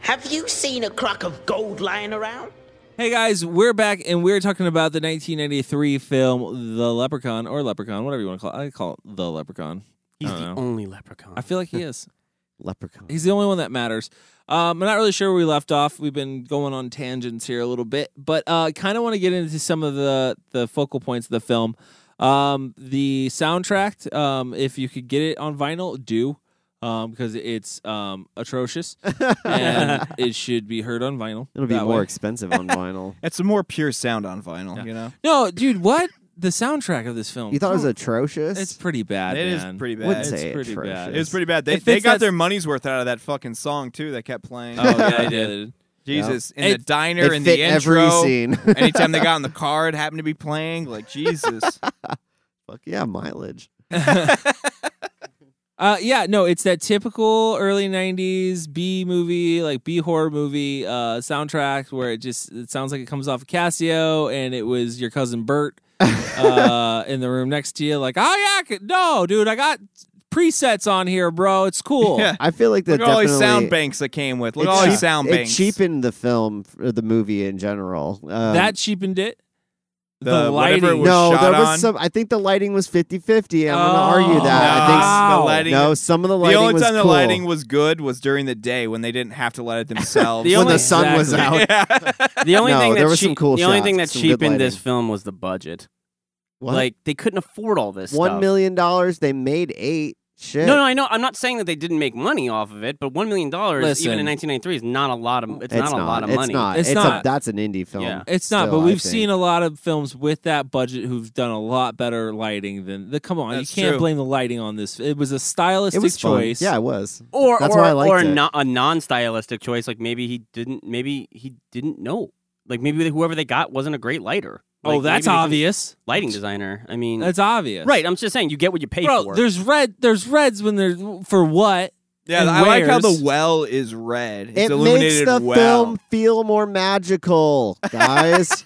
have you seen a crock of gold lying around? Hey guys, we're back, and we're talking about the 1993 film The Leprechaun, or Leprechaun, whatever you want to call it. I call it The Leprechaun. He's I don't the know. only leprechaun. I feel like he is. leprechaun He's the only one that matters. Um, I'm not really sure where we left off. We've been going on tangents here a little bit, but uh, kind of want to get into some of the the focal points of the film. Um, the soundtrack, um, if you could get it on vinyl, do um, because it's um, *laughs* atrocious and it should be heard on vinyl. it'll be that more way. expensive on vinyl *laughs* It's a more pure sound on vinyl, you know. No, dude, what the soundtrack of this film? you thought it was atrocious It's pretty bad. It is man. pretty bad. Wouldn't It's- say pretty atrocious. bad. It was pretty bad. They, It they fits got that- their money's worth out of that fucking song too. That kept playing. *laughs* Oh yeah, I did. Jesus in It- the diner it in fit the every intro. scene. *laughs* *laughs* anytime they got on the car, it happened to be playing. Like Jesus, fuck yeah mileage Uh, yeah, no, it's that typical early '90s B movie, like B horror movie uh, soundtrack, where it just it sounds like it comes off of Casio, and it was your *laughs* cousin Bert uh, in the room next to you, like, oh yeah, I could- no, dude, I got presets on here, bro. It's cool. Yeah. i feel like that *laughs* look at all these sound definitely banks that came with. Look it at all these cheap- sound it banks. cheapened the film or the movie in general Um, that cheapened it. The- whatever it was no shot there was on. some i think the lighting was 50-50 i'm gonna Oh. argue that i think No, the Wow. lighting. No, some of the the lighting only was time the cool. lighting was good was during the day when they didn't have *laughs* to light it themselves. The when *laughs* only- the sun was Exactly. out. *laughs* the only No, thing that there was chea- some cool the only thing that shots, some good cheapened this lighting. film was the budget. What? Like they couldn't afford all this. one stuff. million dollars, they made eight. Shit. No, no, I know. I'm not saying that they didn't make money off of it, but one million dollars, even Listen. in 1993, is not a lot of. It's, it's not, a lot of it's money. Not. It's It's, not. A, that's an indie film. Yeah. It's not, still, but I we've think. seen a lot of films with that budget who've done a lot better lighting than the. Come on, That's you can't true. blame the lighting on this. It was a stylistic It was fun. choice. Yeah, it was. Or That's or why I liked or it. no- a non-stylistic choice. Like maybe he didn't. Maybe he didn't know. Like maybe whoever they got wasn't a great lighter. Oh, Like, that's maybe they- obvious. Lighting designer. I mean, That's obvious. right. I'm just saying you get what you pay Bro, for. there's red. There's reds when they're for what? yeah, And I like how wares. the well is red. It's it makes illuminated the well. *laughs* film feel more magical, guys.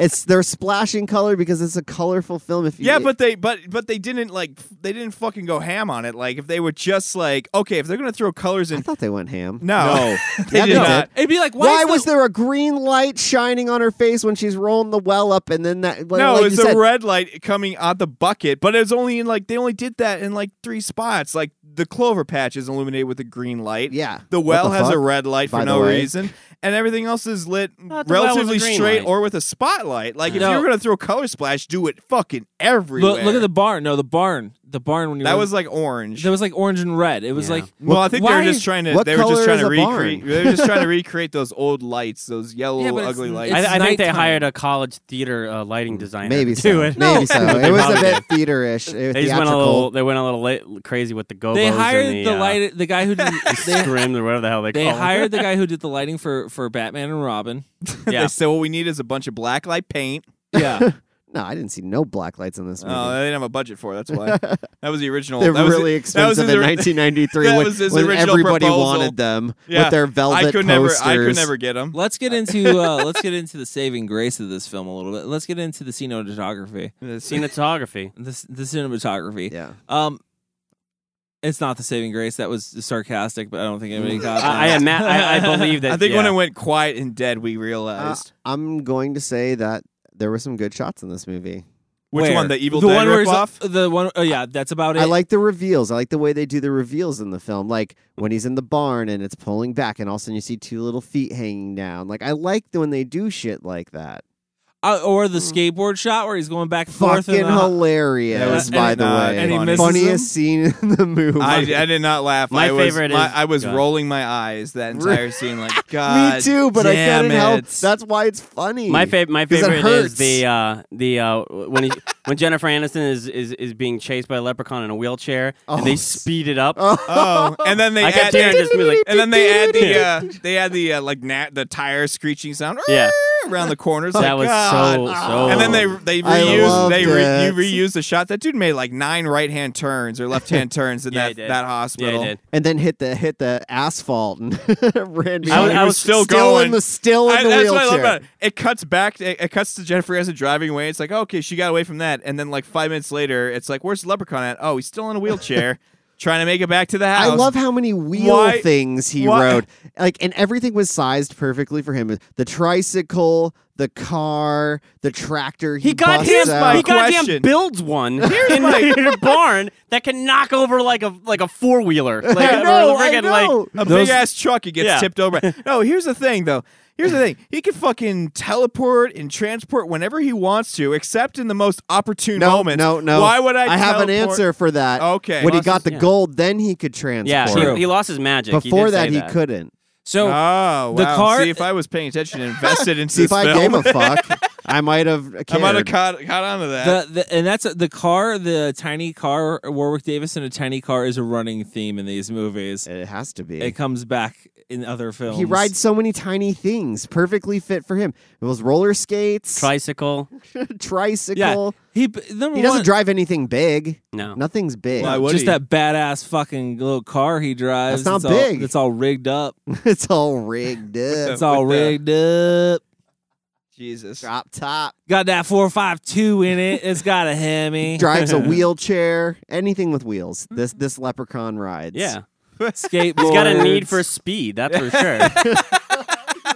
it's they're splashing color because it's a colorful film. If you, Yeah, but they but but they didn't like f- they didn't fucking go ham on it. Like if they were just like okay, if they're gonna throw colors in, I thought they went ham. No, No. *laughs* *laughs* they Yeah, did they not. It'd be like, why, Why, is the- was there a green light shining on her face when she's rolling the well up, and then that? Like, no, like it's you a said, red light coming out the bucket, but it was only in like they only did that in like three spots. Like the clover patch is illuminated with a green light. Yeah. the What well the has a fuck, red light by for the no way. reason, and everything else is lit Not the well was a relatively green straight light. or with a spotlight. Like if No. you were gonna throw color splash, do it fucking everywhere. look, look at the barn. No, the barn. The barn when you that were- was like orange. there was like orange and red. It was Yeah. like well, I think they why- were just trying to what they were just color trying is to a recreate barn? *laughs* they were just trying to recreate those old lights, those yellow *laughs* Yeah, but it's- ugly it's lights. I, I think they nighttime. hired a college theater uh, lighting designer Mm, Maybe to so. do it. *laughs* *laughs* Maybe so. It was a probably bit theaterish. It, They just went a little. They went a little late, crazy with the go. they hired and the the, uh, light. The guy who did, *laughs* they, scrim or whatever the hell they they call it. hired the guy who did the lighting for for Batman and Robin. *laughs* Yeah. they said what we need is a bunch of black light paint. *laughs* Yeah, no, I didn't see no black lights in this movie. Oh, they didn't have a budget for it. *laughs* That's why. that was the original. They're that was really that was expensive his in ori- *laughs* 1993 that when, was his when original everybody proposal. wanted them Yeah. with their velvet I could posters. never. I could never get them. let's get into uh, let's get into the saving grace of this film a little bit. Let's get into the cinematography. cinematography. The, c- the cinematography. Yeah. Um, it's not the saving grace. That was sarcastic, but I don't think anybody got that. I, I, am, I, I believe that. *laughs* I think yeah. when it went quiet and dead, we Uh, realized I'm going to say that there were some good shots in this movie. which Where? one the Evil the Dead one where it's- ripoff. The one. Oh yeah, that's about it. I like the reveals. I like the way they do the reveals in the film. Like when he's in the barn and it's pulling back, and all of a sudden you see two little feet hanging down. Like I like when they do shit like that. Uh, or the skateboard shot where he's going back and forth. Fucking and, uh, That hilarious, was by and, the uh, way. and he misses Funniest scene in the movie. I, I did not laugh. My I was, favorite my- is- I was Go ahead. rolling my eyes that entire scene. Like God, Me too, but I uh, damn couldn't help. it. That's why it's funny. My favorite, my 'Cause it favorite is hurts. the uh, the uh, when he, when Jennifer Aniston is, is is being chased by a leprechaun in a wheelchair Oh. and they speed it up. Oh, and then they I add kept hearing this music. *laughs* and then they add the uh, they add the uh, like nat- the tire screeching sound Yeah. around the corners. That like, was so God. so. And then they they I reused loved they re- it. you reused the shot. That dude made like nine right hand turns or left *laughs* hand turns in Yeah, he that did. that yeah, hospital. they did. and then hit the hit the asphalt *laughs* and ran. I was- behind. I was still going. in the still in I- the that's wheelchair. what I love about it. It cuts back. It, it cuts to Jennifer as a driving away. It's like, oh, okay, she got away from that. And then like five minutes later, it's like, where's the leprechaun at? Oh, he's still in *laughs* a wheelchair, trying to make it back to the I house. love how many wheel Why- things he why- rode. Like, and everything was sized perfectly for him. The tricycle, the car, the tractor. He, He got busts him. out. He goddamn question. builds one *laughs* in a barn that can knock over like a like a four wheeler. Like *laughs* I know, or friggin', I know. Like, A big ass truck, it gets Yeah. tipped over. No, here's the thing though. Here's the thing. He can fucking teleport and transport whenever he wants to, except in the most opportune no, *laughs* moments. no, no. Why would I? I have an teleport- answer for that. Okay. When he Lost got his- the yeah. gold, then he could transport. yeah, he- he, lost his magic. He Before did say that, he couldn't. so. Oh, wow. The car- See, if I was paying attention and invested into See, if this I film, gave a fuck, *laughs* I might have. I might have cared. caught, caught onto that. The, the, and that's the car, the tiny car, Warwick Davis in a tiny car is a running theme in these movies. It has to be. It comes back in other films. He rides so many tiny things, perfectly fit for him. It was roller skates, Tricycle. *laughs* tricycle. Yeah, he b- number He doesn't one, uh, drive anything big. No. Nothing's big. Why would just he? that badass fucking little car he drives. That's not it's big. All, it's all rigged up. *laughs* it's all *laughs* rigged up. It's all With the- rigged up. Jesus. Drop *laughs* top. Got that four five two in it. It's got a *laughs* Hemi. Drives *laughs* a wheelchair. Anything with wheels. This Mm-hmm. this leprechaun rides. Yeah, skateboard. he's got a need for speed. That's for *laughs* sure. It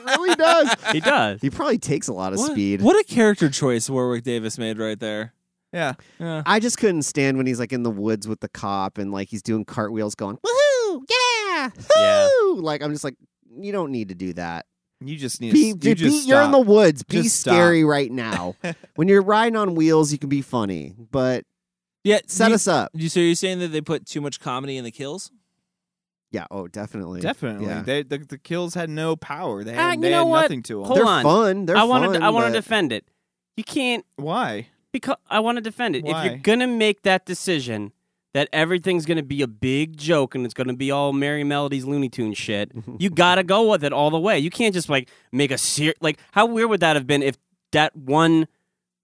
really *laughs* does. he does. he probably takes a lot of what, speed. What a character choice Warwick Davis made right there. Yeah. Yeah. I just couldn't stand when he's like in the woods with the cop and like he's doing cartwheels going, Woohoo! Yeah. Yeah. Woo! Like I'm just like, you don't need to do that. You just need. Be, to, be- you just you're in the stop. woods. Be Just stop. scary *laughs* right now. when you're riding on wheels, you can be funny, but Yeah, set you, us up. You, so you're saying that they put too much comedy in the kills? Yeah. Oh, definitely. Definitely. Yeah. They, the, the kills had no power. They Ah, had, you they know had what? nothing to them. Hold They're on. fun. They're I want fun, to. I want but- to defend it. You can't Why? because I want to defend it. If Why? you're gonna make that decision that everything's gonna be a big joke and it's gonna be all Merry Melodies, Looney Tunes *laughs* shit, you gotta go with it all the way. You can't just like make a ser like how weird would that have been if that one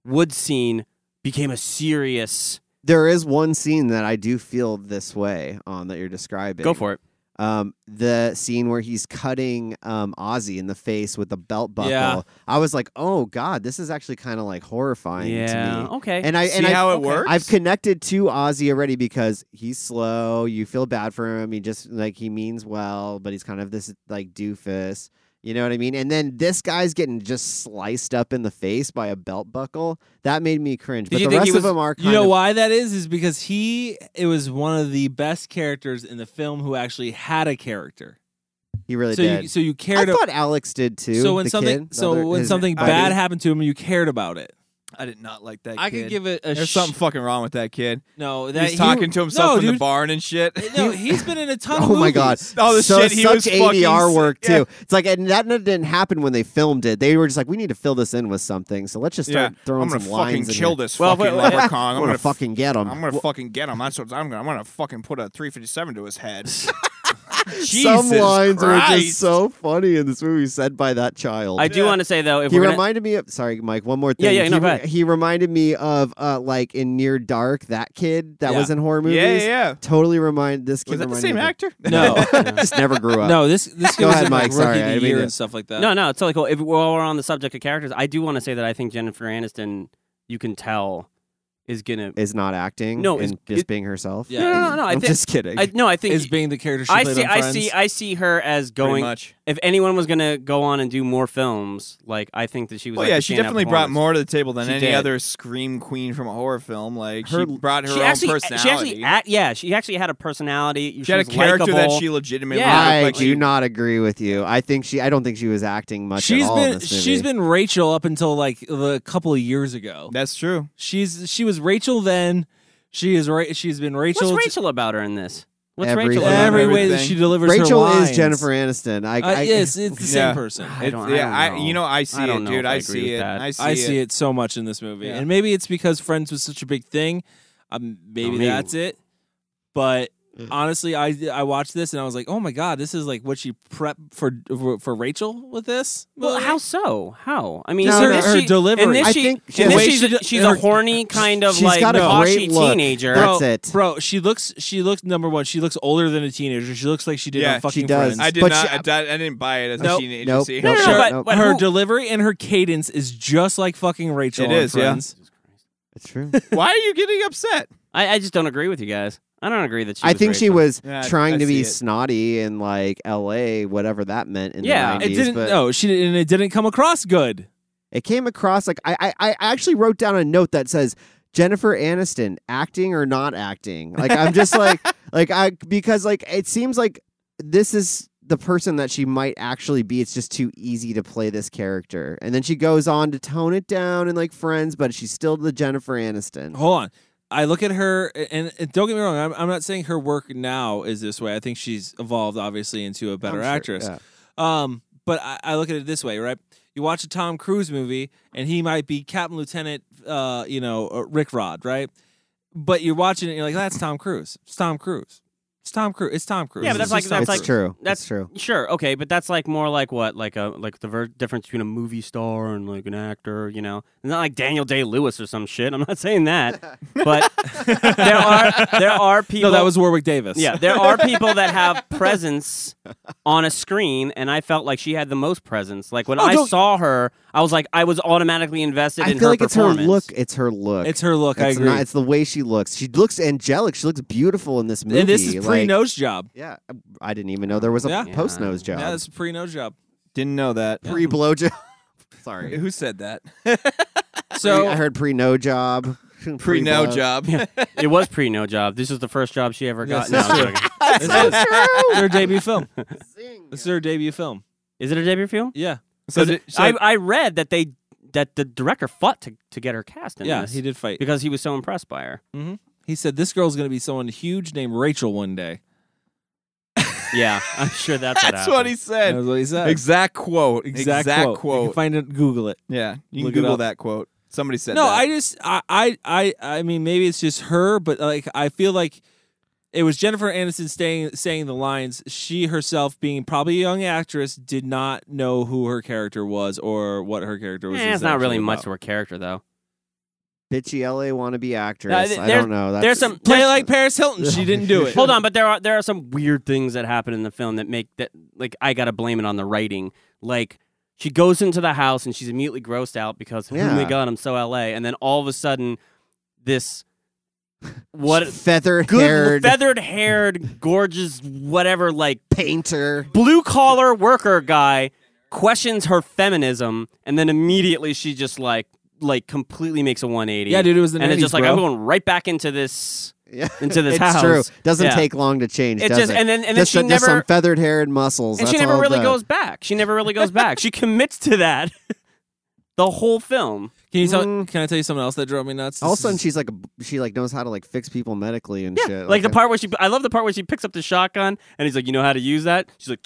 wood scene became a serious There is one scene that I do feel this way on that you're describing. go for it. Um, the scene where he's cutting um, Ozzy in the face with the belt buckle. Yeah. I was like, oh god, this is actually kind of like horrifying to Yeah. me. Okay. And I and See I, how it works? I've connected to Ozzy already because he's slow. You feel bad for him. He just like he means well, but he's kind of this like doofus. You know what I mean? And then this guy's getting just sliced up in the face by a belt buckle. That made me cringe. But you the think rest he was, of them are. Kind you know of, why that is? Is because he it was one of the best characters in the film who actually had a character. He really so did. you so you I cared. a- thought Alex did too. so when the something kid, the so other- when his something buddy. bad happened to him, you cared about it. I did not like that. I could kid. give it a There's sh- something fucking wrong with that kid. *laughs* No, that he's he- talking to himself no, in the dude. barn and shit. No, he's been in a ton. *laughs* *laughs* of Oh my movies. *laughs* god! All the so, shit he such was fucking ADR s- work too. yeah. It's like, and that didn't happen when they filmed it. They were just like, we need to fill this in with something. So let's just Yeah, start throwing I'm gonna some fucking lines. in kill here. this Well, fucking wait, wait, leprechaun. I'm I'm gonna, gonna fucking get him. I'm gonna fucking get him. That's what I'm gonna. I'm gonna fucking put a 357 to his head. some Jesus lines are Christ. just so funny in this movie said by that child. I do want to say though, if he we're gonna- reminded me of sorry, Mike. One more thing. Yeah, yeah, he, no, go re- ahead. he reminded me of uh, like in Near Dark, that kid that Yeah. was in horror movies. Yeah, yeah, yeah. Totally remind this kid. Was that the reminded same me of- actor? *laughs* No, Just never grew up. *laughs* no, this this Uh, Go guy was ahead, in Mike, like sorry, rookie I of didn't the mean year to- and stuff like that. No, no, it's totally cool. If while we're on the subject of characters, I do want to say that I think Jennifer Aniston, you can tell, is gonna. Is not acting. No, and it's- just it- being herself. Yeah. no, no, no, no. I I'm think. just kidding. I, no, I think is being the character she I played see. on I Friends. see. I see her as Pretty going. much. If anyone was gonna go on and do more films, like I think that she was. Well, like, yeah, the she standout definitely brought performance. more to the table than She any did. other scream queen from a horror film. Like Her- she brought her she own actually, personality. She actually, act, yeah, she actually had a personality. She, She had a was character that likable. she legitimately. Yeah, looked I like do she, not agree with you. I think she. I don't think she was acting much. She's at all in been this movie. she's been Rachel up until like a couple of years ago. That's true. She's she was Rachel then. She is right. She's been Rachel. What's Rachel about her in this? What's Every- Rachel? About Every her? way that Everything. she delivers her Rachel is lines. Jennifer Aniston. I, Uh, I yes, it's the same Yeah. person. I don't. It's- yeah, I, don't know. you know, I see I don't it, know dude. if I agree see with it. that. I see I it. see it so much in this movie, Yeah. and maybe it's because Friends was such a big thing. Um, maybe, maybe. that's it. But Mm. honestly, I I watched this and I was like, oh my god, this is like what she prepped for for, for Rachel with this. Well, movie? how so? How? I mean, Just her- in this her she- delivery. In this I she, think she- in the this way she's, she a, do- she's a her- horny kind of She's like got a washy great look. teenager. That's Bro, it. bro. She looks. She looks number one. She looks older than a teenager. She looks like she did Yeah, on fucking she does. Friends. I did But not. she- I, di- I didn't buy it as Nope, a teen nope, agency. nope, No, no, sure, no, but- nope. but- her who- delivery and her cadence is just like fucking Rachel. It on is, yeah. Friends. *laughs* It's true. Why are you getting upset? I, I just don't agree with you guys. I don't agree that she. I think she Rachel. was Yeah, I- trying I to be see it. snotty in like L.A. whatever that meant in Yeah, the 90s. It didn't. but No, she didn't. And it didn't come across good. It came across like I, I I actually wrote down a note that says Jennifer Aniston acting or not acting. Like I'm just like like I because like it seems like this is the person that she might actually be. It's just too easy to play this character, and then she goes on to tone it down and like Friends, but she's still the Jennifer Aniston. Hold on. I look at her, and, and don't get me wrong. I'm, I'm not saying her work now is this way. I think she's evolved, obviously, into a better I'm sure, actress. yeah. Um, but I, I look at it this way, right? You watch a Tom Cruise movie, and he might be Captain Lieutenant, uh, you know, uh, Rick Rod, right? But you're watching it, and you're like, that's Tom Cruise. It's Tom Cruise. It's Tom Cruise. It's Tom Cruise. Yeah, but that's It's like- just Tom that's It's like- true. Cruise. That's true. Sure, okay, but that's like more like what, like a like the ver- difference between a movie star and like an actor, you know? It's not like Daniel Day Lewis or some shit. I'm not *laughs* saying that, *laughs* but there are there are people. No, that was Warwick Davis. Yeah, there are people that have *laughs* presence on a screen, and I felt like she had the most presence. Like when Oh, I don't- saw her, I was like, I was automatically invested I in feel her like it's her performance. look. It's her look. *laughs* it's her look. I It's agree. not- it's the way she looks. She looks angelic. She looks beautiful in this movie. and this is pre like- nose job. Yeah, I didn't even know there was a Yeah. post nose job. Yeah, this is pre nose job. Didn't know that. pre blow job. *laughs* Sorry, Who said that? *laughs* So I heard pre no *laughs* job. Pre no blow. job. It was pre no job. This is the first job she ever got. Yes, No, that's I'm true. joking. This is their debut film. This is their debut film. is it her debut film? Yeah. So, did- so I, I read that they that the director fought to, to get her cast in yeah, this he did fight. because he was so impressed by her. He said this girl's going to be someone huge named Rachel one day. Yeah, I'm sure that's what that's what happened. he That said. was what he said. *laughs* Exact quote. Exact, quote. You can find it Google it. yeah, you Look it can Google up. that quote. Somebody said no, that. I just I, I I I mean maybe it's just her, but like I feel like it was Jennifer Aniston staying saying the lines. She herself, being probably a young actress, did not know who her character was or what her character was. Eh, it's not exactly really much about. to her character though. bitchy LA wannabe actress. No, th- I there's- don't know. That's, there's *laughs* some Play there's- like Paris *laughs* Hilton. She didn't do it. Hold on, but there are there are some weird things that happen in the film that make that like I gotta blame it on the writing. Like she goes into the house and she's immediately grossed out because oh my Yeah. god, I'm so LA, and then all of a sudden this what feather good haired feathered haired gorgeous whatever like painter. blue collar worker guy questions her feminism and then immediately she just like like completely makes a 180 Yeah, dude, it was the and it's 90s, just like bro. i'm going right back into this Yeah. into this *laughs* it's house true. Doesn't Yeah. take long to change. It does just- it? and then- and then just, she just some never- feathered haired muscles. and she that's never all really the- goes back she never really goes back she commits to that *laughs* the whole film Can you tell? Mm. Can I tell you something else that drove me nuts? All of a This sudden, is- she's like a b- she like knows how to like fix people medically and shit. like the part where she i love the part where she picks up the shotgun and he's like you know how to use that she's like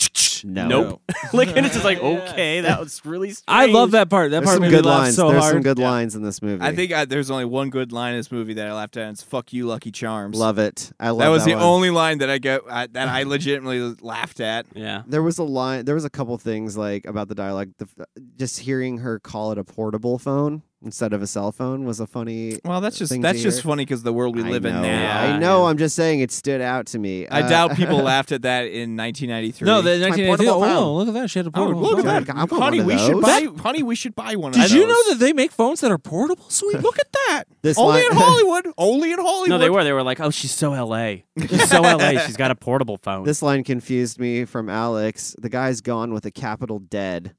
No. nope *laughs* like and it's just like okay that was really strange. I love that part. That There's part some made me good laugh lines. so There's hard. some good lines in this movie. I think I, there's only one good line in this movie that I laughed at. And it's "fuck you, Lucky Charms." love it. I love that was the one. only line that I got I, *laughs* that I legitimately laughed at. yeah There was a line. There was a couple things like about the dialogue. The, f- just hearing her call it a portable phone instead of a cell phone was a funny. Well, that's just Thing to that's just hear. funny because the world we I live in know, now. I know. I'm just saying it stood out to me. I Uh, *laughs* doubt people laughed at that in 1993. No, the my 1982. portable Oh, phone. look at that. She had a Oh, portable. look phone. at that, God, *laughs* I want honey. one of We should those. buy, honey. We should buy one. Did of you those. know that they make phones that are portable? Sweet. Look at that. This Only line- *laughs* in Hollywood. Only in Hollywood. no they were they were like oh she's so la *laughs* she's so la she's got a portable phone This line confused me from Alex. The guy's gone with a capital dead.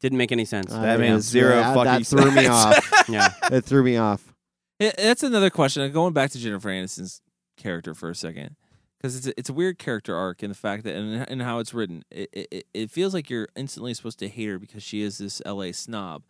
didn't make any sense That I made know, zero that, that fucking threw me sense. *laughs* off. yeah It threw me off. Yeah, that's another question. Uh, Going back to Jennifer Aniston's character for a second, because it's a, it's a weird character arc in the fact that and and how it's written, it, it it- it feels like you're instantly supposed to hate her because she is this L.A. snob,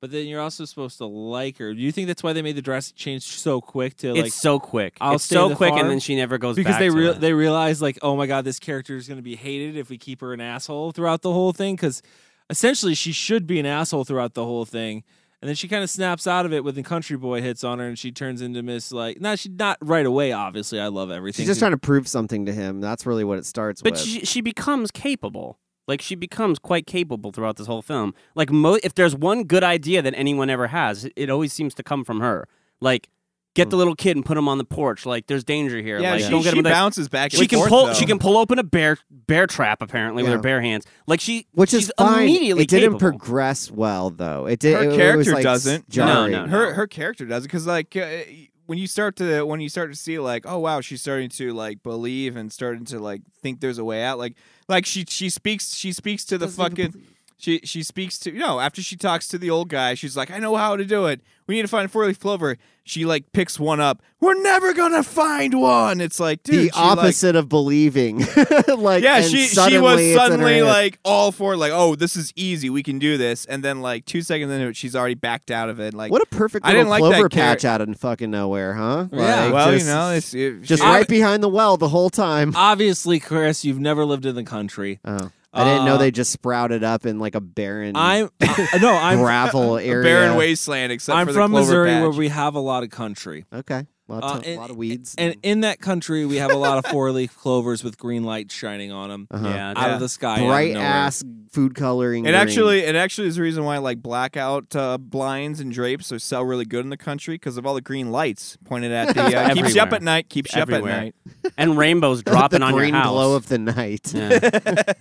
but then you're also supposed to like her. Do you think that's why they made the drastic change so quick to like it's so quick. I'll it's stay in so the quick, farm and then she never goes because back they to real it. they realize like oh my god this character is going to be hated if we keep her an asshole throughout the whole thing because essentially she should be an asshole throughout the whole thing and then she kind of snaps out of it when the country boy hits on her and she turns into miss like no she not right away obviously i love everything She's just trying to prove something to him. That's really what it starts but with. she she becomes capable. Like she becomes quite capable throughout this whole film. Like mo- if there's one good idea that anyone ever has, it, it always seems to come from her. Like get the little kid and put him on the porch. Like there's danger here. Yeah, like, she, don't get him. she in the- bounces back. and she can forth, pull. though. She can pull open a bear bear trap apparently with Yeah. her bare hands. Like she, which she's is fine. immediately it didn't capable. progress well though. It did. Her it- it was, character like, doesn't. jarring. No, no, no. Her her character doesn't because like uh, when you start to when you start to see like oh wow she's starting to like believe and starting to like think there's a way out like like she she speaks she speaks to the fucking. She, she speaks to no after she talks to the old guy she's like I know how to do it we need to find a four leaf clover she like picks one up we're never gonna find one it's like dude the she, like- opposite of believing. *laughs* like yeah, and she she suddenly it's was in her suddenly hand. like all for like, oh, this is easy, we can do this, and then like two seconds into it, she's already backed out of it. Like, what a perfect I little didn't like clover that char- patch out of fucking nowhere, huh? Yeah. Like, well, just, you know, it's it, just she- right behind the well the whole time. obviously chris you've never lived in the country Oh. I didn't Uh, know they just sprouted up in like a barren i'm *laughs* I- no i'm gravel *laughs* a area. barren wasteland. Except i'm for from the clover missouri patch. where we have a lot of country Okay, a lot Uh, of, to- and- lot of weeds. and in that country we have a lot of four leaf clovers with green light shining on them Uh-huh. yeah, out Yeah. of the sky out of bright nowhere. ass food coloring. It green. actually, it actually is the reason why like blackout uh, blinds and drapes are sell really good in the country because of all the green lights pointed at the uh, keeps you up Everywhere. at night, keeps you up at Everywhere. night. and rainbows the dropping on green your house. glow of the night. yeah.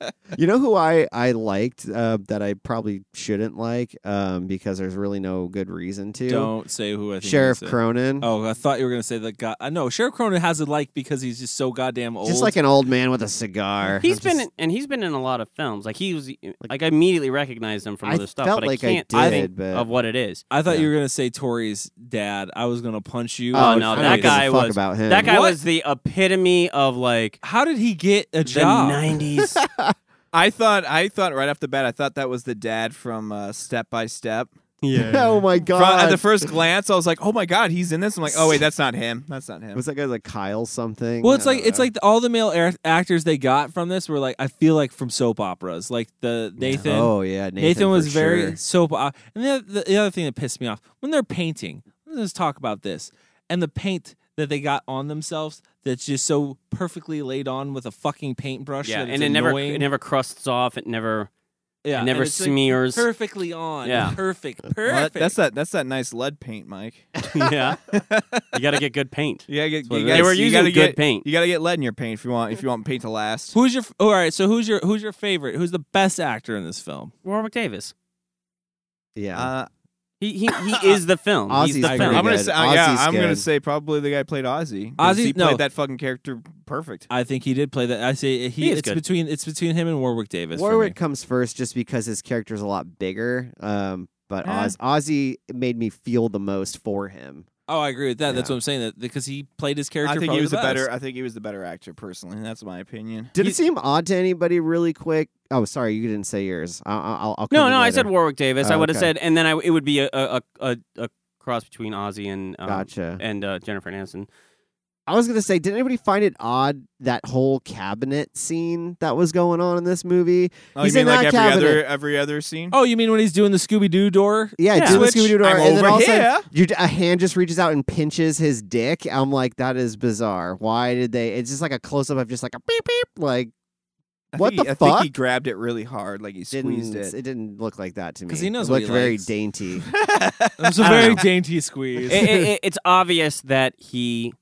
*laughs* You know who I I liked uh, that I probably shouldn't like um, because there's really no good reason to. Don't say who I think. Sheriff you said. Cronin. Oh, I thought you were gonna say the guy. I know Sheriff Cronin has it like because he's just so goddamn old. Just like an old man with a cigar. He's I'm been just- in, and he's been in a lot of films. Like he was e, like I immediately recognized him from I other stuff, felt but like I I can't did, think but- of what it is. I thought you were gonna say Tori's dad. I was gonna punch you. Oh, Oh, no, I don't that give a guy fuck was about him. that guy What? was the epitome of *laughs* like How did he get a the *laughs* job? nineties. I thought, I thought right off the bat, I thought that was the dad from uh, Step by Step. *laughs* *laughs* oh *laughs* my From- at god. the first glance, I was like, "Oh my god, he's in this." I'm like, "Oh wait, that's not him. That's not him." was that guy like Kyle something? Uh, Well, it's I like don't it's know. like the, all the male air actors they got from this were like I feel like from soap operas, like the Nathan. Oh yeah, Nathan, Nathan, was for very sure. soap. Op- and the, the, the other thing that pissed me off when they're painting, let's talk about this and the paint that they got on themselves that's just so perfectly laid on with a fucking paintbrush. yeah, that it's and it never annoying. *laughs* it never crusts off. It never Yeah, it never and it's, like, smears. perfectly on. Yeah. perfect, Well, that- perfect. that's that. That's that nice lead paint, Mike. yeah, you got to get good paint. *laughs* You gotta get. That's what it is. You gotta, they were you using gotta good get, paint. You gotta get lead in your paint if you want. If you want paint to last. Who's your? All right, so who's your who's your favorite? Who's the best actor in this film? Warwick Davis. Yeah. Uh, He he, *laughs* he is the film. Ozzy's He's the pretty film. I'm gonna good. say, uh, yeah, Ozzy's I'm gonna good. say probably the guy who played Ozzy. 'cause Ozzy- he played no. that fucking character perfect. I think he did play that. I say he. He is it's good. between it's between him and Warwick Davis. for Warwick me. comes first just because his character's a lot bigger. Um, but Eh. Oz Ozzy made me feel the most for him. Oh, I agree with that. That's Yeah. what I'm saying. That because he played his character. I think probably he was the a best. better. I think he was the better actor personally. That's my opinion. Did it seem odd to anybody? Really quick. Oh, sorry, you didn't say yours. I- I- I'll. I'll come No, to no, I later. said Warwick Davis. I Oh, would have okay. said, and then I it would be a a, a, a cross between Ozzy and um, Gotcha. and uh, Jennifer Aniston. I was gonna say, did anybody find it odd that whole cabinet scene that was going on in this movie? Oh, He's you in mean like that every cabinet. other every other scene? Oh, you mean when he's doing the Scooby Doo door? Yeah, Yeah. do the Switch, Scooby Doo door, I'm and then over all of a here. sudden, you, a hand just reaches out and pinches his dick. I'm like, that is bizarre. Why did they? It's just like a close up of just like a beep beep. Like I What think the he, I think he fuck? grabbed it really hard, like he squeezed didn't it. didn't look like that to me 'Cause he knows it what looked he very likes. dainty. It was a I don't very know. dainty squeeze. It- it- it- it's obvious that he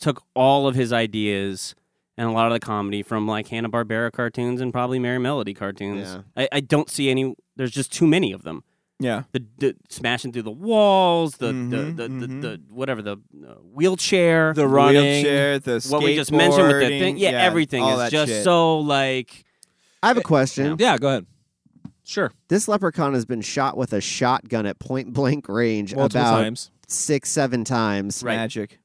took all of his ideas and a lot of the comedy from like Hanna Barbera cartoons and probably Merry Melody cartoons. Yeah. I, I don't see any. There's just too many of them. yeah, The, the smashing through the walls, the Mhm, the, the, mhm. the, the whatever the uh, wheelchair, The running. wheelchair, the what we just mentioned with the thing. skateboarding, Yeah, everything all is that just shit. so like I have a question. yeah, go ahead. Sure. This leprechaun has been shot with a shotgun at point blank range Multiple about times. six, seven times. Right. magic.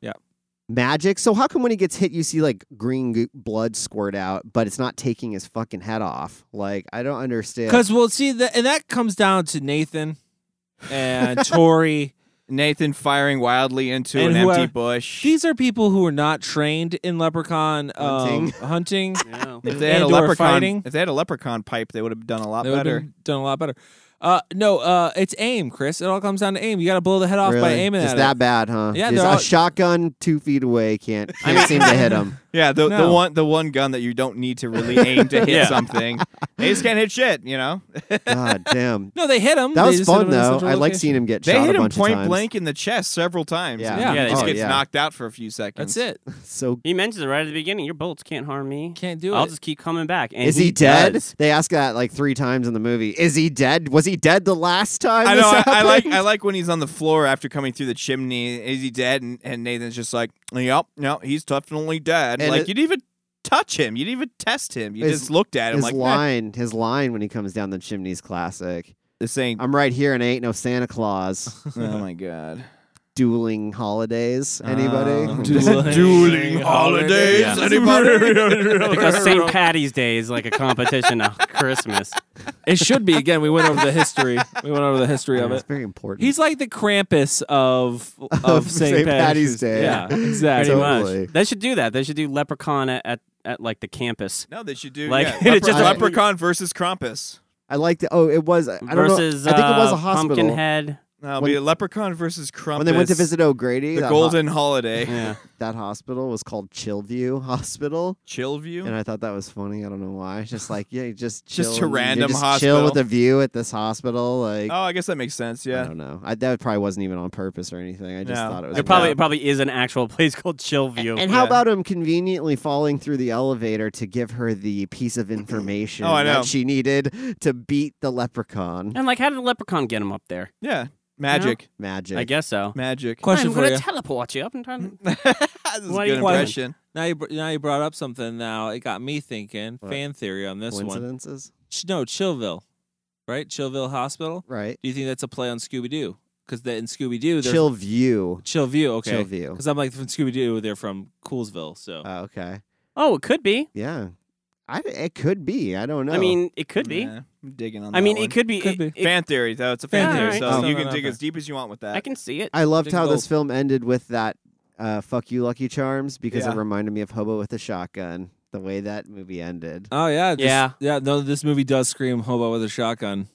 Magic. So how come when he gets hit, you see like green goo- blood squirt out, but it's not taking his fucking head off? Like I don't understand. Because we'll see that, and that comes down to Nathan *laughs* and Tori. Nathan firing wildly into And an who empty are- bush. These are people who are not trained in leprechaun um, Hunting. hunting. yeah. if they had and a or leprechaun, fighting. if they had a leprechaun pipe, they would have done a lot They would've better. been- done a lot better. Uh, no, uh, it's aim, Chris. It all comes down to aim. You got to blow the head off really? by aiming Just at that it. bad, huh? Yeah, Just they're a all- shotgun two feet away *laughs* can't can't seem to hit him. Yeah, the, the No. one the one gun that you don't need to really aim to hit Yeah. something. They just can't hit shit, you know. God damn. No, they hit him. That They was just hit him fun in the though. central I like location. seeing him get They shot hit a him bunch point of times. blank in the chest several times. Yeah. and Yeah. he Yeah, just oh, gets yeah. knocked out for a few seconds. That's it. So He mentions it right at the beginning. Your bullets can't harm me. Can't do I'll it. just keep coming back. And is he, dead? does. They ask that like three times in the movie. Is he dead? Was he dead the last time? I this know. *laughs* I, I like. happened? I like when he's on the floor after coming through the chimney. Is he dead? And, and Nathan's just like, "Yep, no, he's definitely dead." And like it- you didn't even touch him. You didn't even test him. You His- just looked at him his like, "Nah, line, his line when he comes down the chimney's classic. "This ain't." I'm right here and ain't no Santa *laughs* Claus. oh my god. Dueling holidays, *laughs* anybody? *laughs* *laughs* Um, Dueling holidays. *laughs* Yeah. Anybody? *laughs* Because St. Patty's Day is like a competition of Christmas. It should be. Again, we went over the history. We went over the history of That's it. very important. He's like the Krampus of of, Of St. St. Patty's Day. *laughs* Yeah, exactly. Pretty much. Totally. They should do that. They should do Leprechaun at, at, at like the campus. No, they should do Like, yeah, *laughs* it's lepre- just a- leprechaun versus Krampus. I like the. Oh, it was. I don't Versus, know. I think it was uh, a hospital Pumpkinhead. No, it'll When- be a leprechaun versus Krampus. when they went to visit O'Grady. the that ho- Golden Holiday, Yeah. that hospital was called Chillview *laughs* Hospital, Chillview. and I thought that was funny. I don't know why. Just like yeah, you just chill *laughs* Just a and- you random just hospital. Chill with a view at this hospital. Like oh, I guess that makes sense. I Yeah. don't know. I, that probably wasn't even on purpose or anything. I just No. thought it was. There probably, it probably is an actual *laughs* place called Chillview. And how Yeah. about him conveniently falling through the elevator to give her the piece of information Oh, I know. that she needed to beat the leprechaun? And like, how did the Leprechaun get him up there? Yeah. Magic. Magic. I guess so. Magic. Question I'm for gonna you. teleport you up and turn. That's a Why good you- why- impression. now you br- now you brought up something. Now it got me thinking. What? Fan theory on this one. Coincidences, Ch- No, Chillville, right? Chillville Hospital. right? Do you think that's a play on Scooby Doo? Because in Scooby Doo, there's Chill view. Chillview. Okay, Chillview. Because I'm like from Scooby Doo, they're from Coolsville. So Oh, okay. Oh, it could be. Yeah. I, it could be. I don't know. I mean, it could be. Yeah, I'm digging on. I that mean, one. it could be. Could it- be. it- fan theory though. It's a Fan fan theory, theory, alright. so No, you no, can no, dig no. as deep as you want with that. I can see it. I loved Dig how this both. film ended with that uh, "fuck you, Lucky Charms" because Yeah. it reminded me of Hobo with a Shotgun. The way that movie ended. *laughs* Oh yeah, just- Yeah. yeah. No, this movie does scream hobo with a shotgun.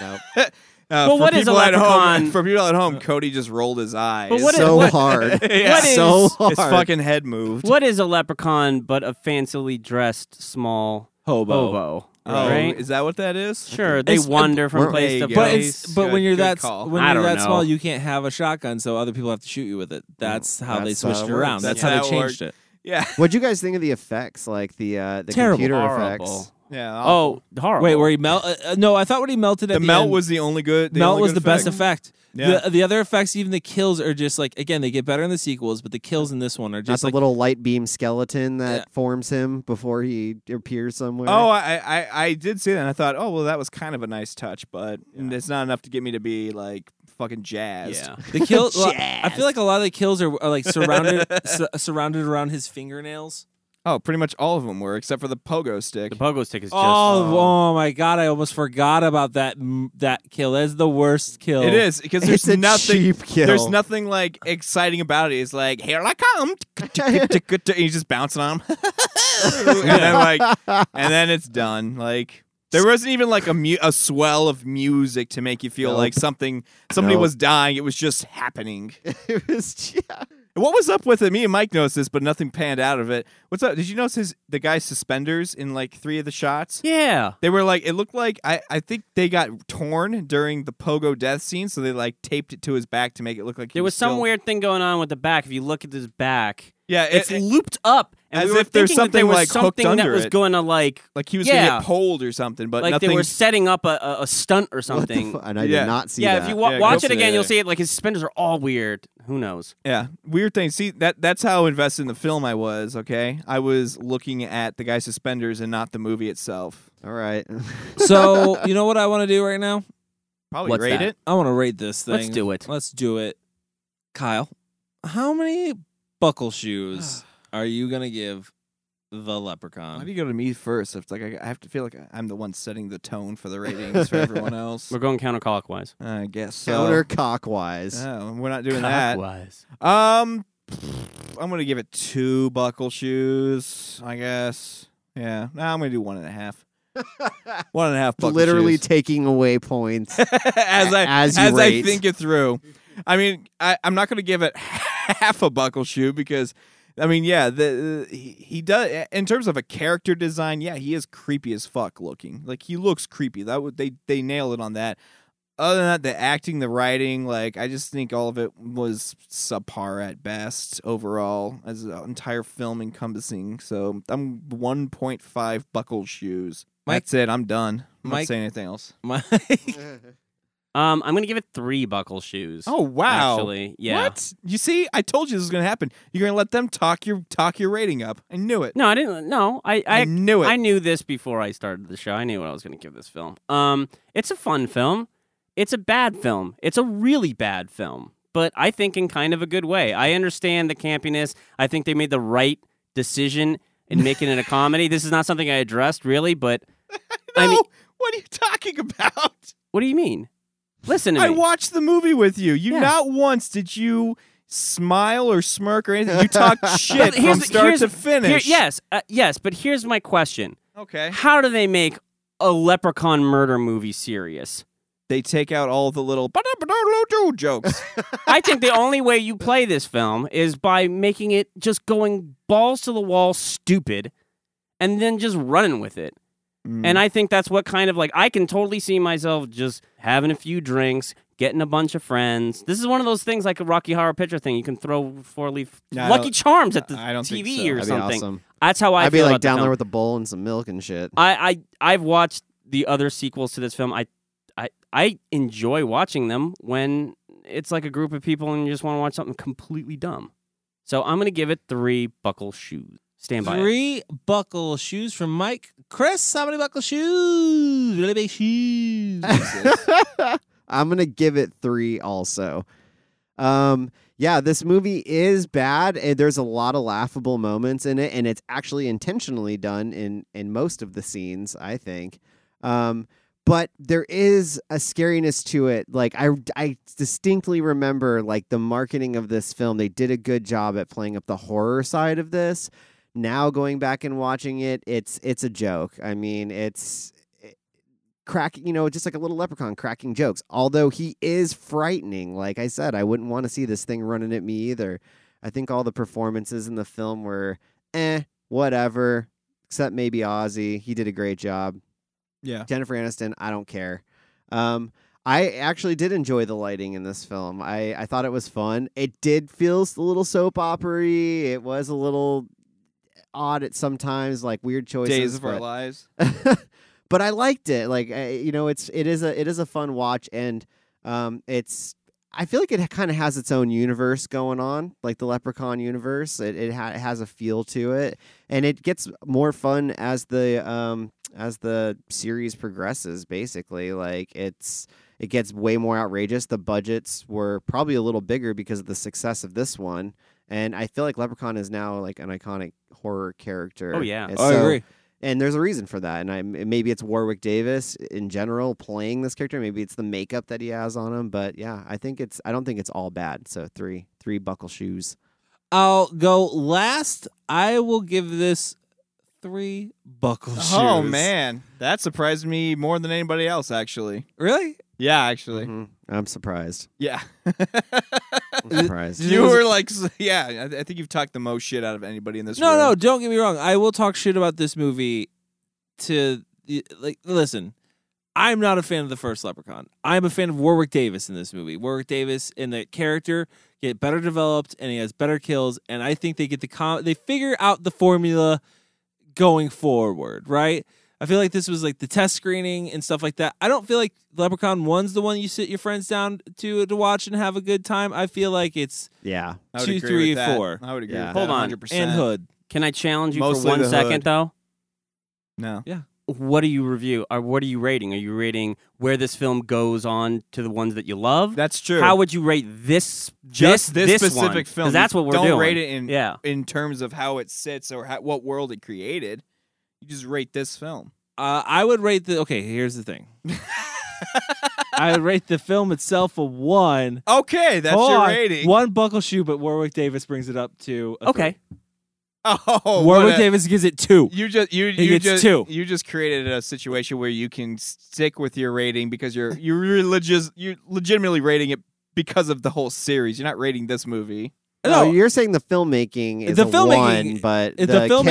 Nope. Uh, Well, for what is a people at home- leprechaun? *laughs* For people at home, Cody just rolled his eyes. But what is- so what- hard. Yeah. what is- so hard. His fucking head moved. What is a leprechaun but a fancily dressed small Hobo. hobo? Oh, right? is that what that is? Sure, they wander from place to There you go. But it's, but when Good- you're good that s- call. when I you're don't that small, know. you can't have a shotgun, so other people have to shoot you with it. That's how they That's how switched it it around. works. That's Yeah. how they That changed worked. it. yeah, What'd you guys think of the effects, like the uh, the Terrible. computer Horrible. effects? yeah. Oh, horrible. Wait, where he melt? Uh, uh, no, I thought when he melted. the at the melt end- was the only good. The melt only was the good best effect. Yeah. The, the other effects, even the kills, are just like again they get better in the sequels, but the kills in this one are Not just the like little light beam skeleton that Yeah. forms him before he appears somewhere. Oh, I, I I did see that, and I thought, oh well, that was kind of a nice touch, but it's not enough to get me to be like fucking jazzed. Yeah. the kill. well, I feel like a lot of the kills are, are like surrounded su- surrounded around his fingernails. Oh, pretty much all of them were, except for the pogo stick. The pogo stick is just. Oh, oh my god! I almost forgot about that m- that kill. That's the worst kill. It *laughs* is because Oh. It's there's a nothing. cheap kill. There's nothing like exciting about it. It's like here I come, *laughs* and he's just bouncing on him, *laughs* and then like, and then it's done. Like there wasn't even like a mu- a swell of music to make you feel Nope. like something somebody Nope. was dying. It was just happening. *laughs* it was yeah. And What was up with it? Me and Mike noticed this, but nothing panned out of it. What's up? Did you notice his the guy's suspenders in like three of the shots? yeah. They were like, it looked like I, I think they got torn during the pogo death scene, so they like taped it to his back to make it look like he There was some still- weird thing going on with the back. If you look at his back, Yeah, it- it's it- looped up, and as we were if there's thinking that there something, was like, hooked something that under was it. going to like, like he was gonna yeah, get pulled or something, but like nothing. they were setting up a, a, a stunt or What the something. fu- and I Yeah. did not see yeah, that. if you wa- Yeah, watch go it for again, you'll the- see it. Like his suspenders are all weird. Who knows? yeah, weird thing. See that that's how invested in the film I was. Okay, I was looking at the guy's suspenders and not the movie itself. All *laughs* right. So you know what I want to do right now? Probably What's rate that? it. I want to rate this thing. Let's do it. Let's do it. Kyle, how many buckle *sighs* shoes are you gonna give the Why leprechaun? do you go to me first? It's like I, I have to feel like I'm the one setting the tone for the ratings *laughs* for everyone else. We're going counterclockwise. I guess so. Counter clockwise. uh, Oh, we're not doing that. Clockwise. Um, I'm gonna give it two buckle shoes, I guess. Yeah, nah, I'm gonna do one and a half. one and a half buckle Literally shoes. taking away points. *laughs* as I as you I rate. think it through. I mean, I, I'm not gonna give it *laughs* half a buckle shoe because. I mean, yeah, the, the he, he does in terms of a character design. Yeah, he is creepy as fuck looking. Like he looks creepy. That would they they nailed it on that. Other than that, the acting, the writing, like I just think all of it was subpar at best overall as an entire film encompassing. So I'm 1.5 buckle shoes. Mike- That's it. I'm done. I'm Mike- not saying anything else. My- Um, I'm gonna give it three buckle shoes. Oh wow! Actually, yeah. What? You see, I told you this was gonna happen. You're gonna let them talk your talk your rating up. I knew it. No, I didn't. No, I I, I knew it. I knew this before I started the show. I knew what I was going to give this film. Um, it's a fun film. It's a bad film. It's a really bad film, but I think in kind of a good way. I understand the campiness. I think they made the right decision in making it a comedy. This is not something I addressed really, *laughs* but I mean, No, what are you talking about? what do you mean? Listen to I me. watched the movie with you. You Yeah. not once did you smile or smirk or anything. *laughs* You talked shit Here's from the- start here's- to here- finish. yes, uh, yes, but here's my question: Okay. How do they make a leprechaun murder movie serious? They take out all the little *laughs* ba-da-ba-da-lo-doo jokes. I think the only way you play this film is by making it just going balls to the wall stupid and then just running with it. Mm. And I think that's what kind of like I can totally see myself just having a few drinks, getting a bunch of friends. This is one of those things like a Rocky Horror Picture thing. You can throw four leaf No, I Lucky don't- Charms at the I don't TV think so. or That'd be something. awesome. That's how I I'd be feel like about the down film. there with a bowl and some milk and shit. I, I I've watched the other sequels to this film. I I I enjoy watching them when it's like a group of people and you just want to watch something completely dumb. So I'm gonna give it three buckle shoes. Stand by. it. Three buckle shoes from Mike. Chris, how many buckle shoes? Really *laughs* big shoes. I'm gonna give it three also. Um, yeah, this movie is bad. and There's a lot of laughable moments in it, and it's actually intentionally done in in most of the scenes, I think. Um, but there is a scariness to it. Like I, I distinctly remember like the marketing of this film. They did a good job at playing up the horror side of this. Now going back and watching it, it's it's a joke. I mean, it's crack you know just like a little leprechaun cracking jokes although he is frightening like i said i wouldn't want to see this thing running at me either i think all the performances in the film were eh whatever except maybe ozzy he did a great job Yeah. Jennifer Aniston, I don't care. Um, I actually did enjoy the lighting in this film. I, I thought it was fun. It did feel s- a little soap opery. It was a little odd at sometimes, like weird choices. Days of Our but- Lives. *laughs* but I liked it. Like uh, you know, it's it is a it is a fun watch, and um, it's I feel like it kind of has its own universe going on, like the Leprechaun universe. It it, ha- it has a feel to it, and it gets more fun as the um as the series progresses. Basically, like it's it gets way more outrageous. The budgets were probably a little bigger because of the success of this one. And I feel like Leprechaun is now like an iconic horror character. Oh, yeah. And I agree. and there's a reason for that. And I m- maybe it's Warwick Davis in general playing this character. Maybe it's the makeup that he has on him. But yeah, I think it's. I don't think it's all bad. So three, three buckle shoes. I'll go last. I will give this three buckle shoes. Oh man, that surprised me more than anybody else. Actually, Really? yeah, actually, Mm-hmm. Mhm. I'm *laughs* surprised. *laughs* yeah. *laughs* I'm surprised. you were like, s- yeah. I, th- I think you've talked the most shit out of anybody in this. No, room. no, don't get me wrong. I will talk shit about this movie to like listen. I'm not a fan of the first Leprechaun. I'm a fan of Warwick Davis in this movie. Warwick Davis and the character get better developed and he has better kills and I think they get the com- they figure out the formula going forward, right? I feel like this was like the test screening and stuff like that. I don't feel like Leprechaun 1's the one you sit your friends down to to watch and have a good time. I feel like it's Yeah. I would two, agree three, with that. four. I would agree. Yeah. With Hold that, on. 100%. and Hood. Can I challenge you Mostly for the one hood. second, though? No. What do you review? Or what are you rating? Are you rating where this film goes on to the ones that you love? That's true. How would you rate this? just this, one? specific 'Cause film? That's what we're don't doing. rate it in yeah. in terms of how it sits or how, what world it created. You just rate this film. Uh, I would rate the. Okay, here's the *laughs* thing. I would rate the film itself a one. Okay, that's Hold your on. rating. One buckle shoe, but Warwick Davis brings it up to. a Okay. *laughs* Oh, three. what Warwick a- Davis gives it two. *laughs* You just you He you gets just two. you just created a situation where you can stick with your rating because you're you're really legis- you're legitimately rating it because of the whole series. You're not rating this movie. No, No. Oh, you're saying the filmmaking is The a filmmaking- one, but the the, filmmaking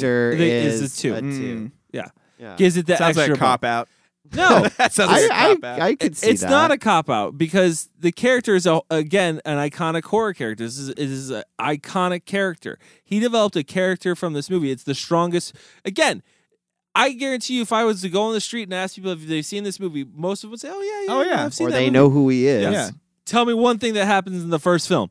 character thi- is a two. Mm. Yeah. Gives it the Sounds like extra a cop out. *laughs* buck- No, that sounds like a I, cop out. I, I could see it's that. not a cop out because the character is a, again an iconic horror character. This is, this is an iconic character. He developed a character from this movie. It's the strongest. Again, I guarantee you, if I was to go on the street and ask people if they've seen this movie, most of them would say, "Oh yeah, yeah, Oh, yeah." I've seen or that they movie. know who he is. Yeah. Tell me one thing that happens in the first film.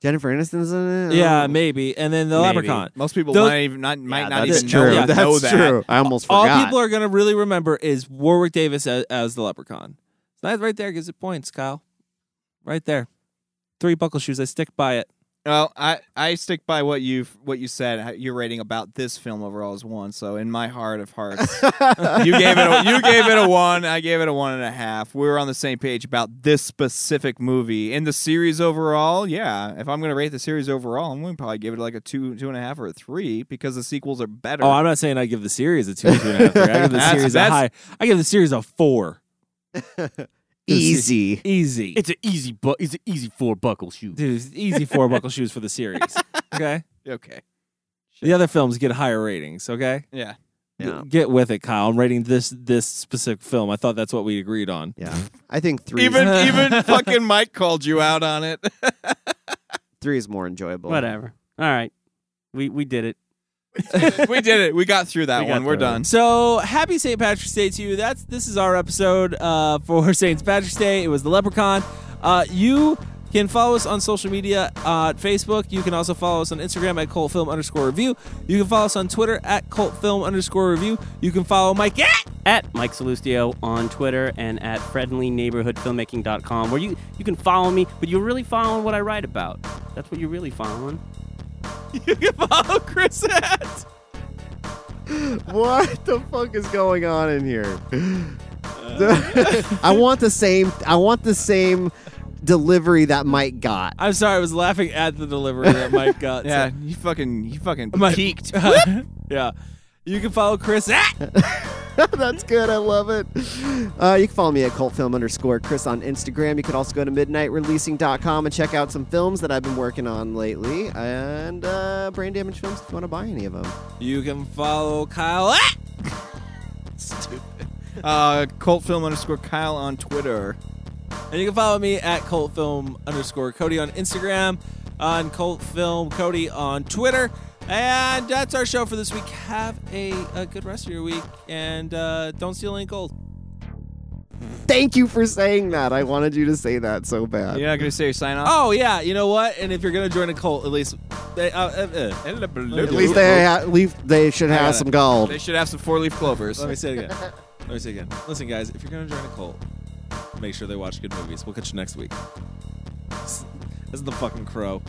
Jennifer Aniston's in it. Oh, yeah, maybe, and then the Maybe. leprechaun. Most people Those- might even not might Yeah, not that's even true. know, that's know that. true. I almost All forgot. people are going to really remember is Warwick Davis as, as the leprechaun. So that right there gives it points, Kyle. Right there, three buckle shoes. I stick by it. Well, I, I stick by what you what you said. how- Your rating about this film overall is one. So in my heart of hearts, you gave it a, you gave it a one. I gave it a one and a half. We were on the same page about this specific movie in the series overall. Yeah, if I'm gonna rate the series overall, I'm gonna probably give it like a two two and a half or a three because the sequels are better. Oh, I'm not saying I give the series a two, two and a half. Three. I give *laughs* the That's- series a that's- high. I give the series a four, Easy. easy. It's an easy bu- It's an easy four buckle shoot. Dude, it's easy four buckle shoes for the *laughs* series. Okay, okay. the other films get higher ratings. Okay, Yeah. Yeah. get with it, Kyle. I'm rating this this specific film. I thought that's what we agreed on. Yeah. I think three. *laughs* Even even fucking Mike called you out on it. *laughs* three is more enjoyable. Whatever. All right. We we did it. we did it. We got through that We got one. We're through it. done. So happy St. Patrick's Day to you. That's this is our episode uh, for *laughs* St. Patrick's Day. It was the Leprechaun. Uh, you can follow us on social media uh, at Facebook. You can also follow us on Instagram at cultfilm underscore review. You can follow us on Twitter at cultfilm underscore review. You can follow Mike *laughs* at At Mike Salustio on Twitter and at friendlyneighborhoodfilmmaking.com where you, you can follow me, but you're really following what I write about. That's what you're really following. you can follow Chris at. What the fuck is going on in here? Uh. *laughs* I want the same. I want the same delivery that Mike got. I'm sorry, I was laughing at the delivery that Mike got. *laughs* Yeah, you fucking you fucking so, Mike, peaked. *laughs* yeah. You can follow Chris at *laughs* That's good. I love it. Uh, you can follow me at cultfilm underscore Chris on Instagram. You could also go to midnightreleasing.com and check out some films that I've been working on lately and uh, brain damage films if you want to buy any of them. You can follow Kyle at Uh, cult film underscore Kyle on Twitter. And you can follow me at cultfilm underscore Cody on Instagram, on cultfilm Cody on Twitter. And that's our show for this week. Have a, a good rest of your week and uh, don't steal any gold. Thank you for saying that. I wanted you to say that so bad. You're not gonna say your sign off. Oh, yeah. You know what? And if you're going to join a cult, at least. They, uh, uh, uh, At least they ha- leave, they should I got have it. some gold. They should have some four leaf clovers. Let me say it again. Let me say it again. Listen, guys, if you're going to join a cult, make sure they watch good movies. We'll catch you next week. This is the fucking crow.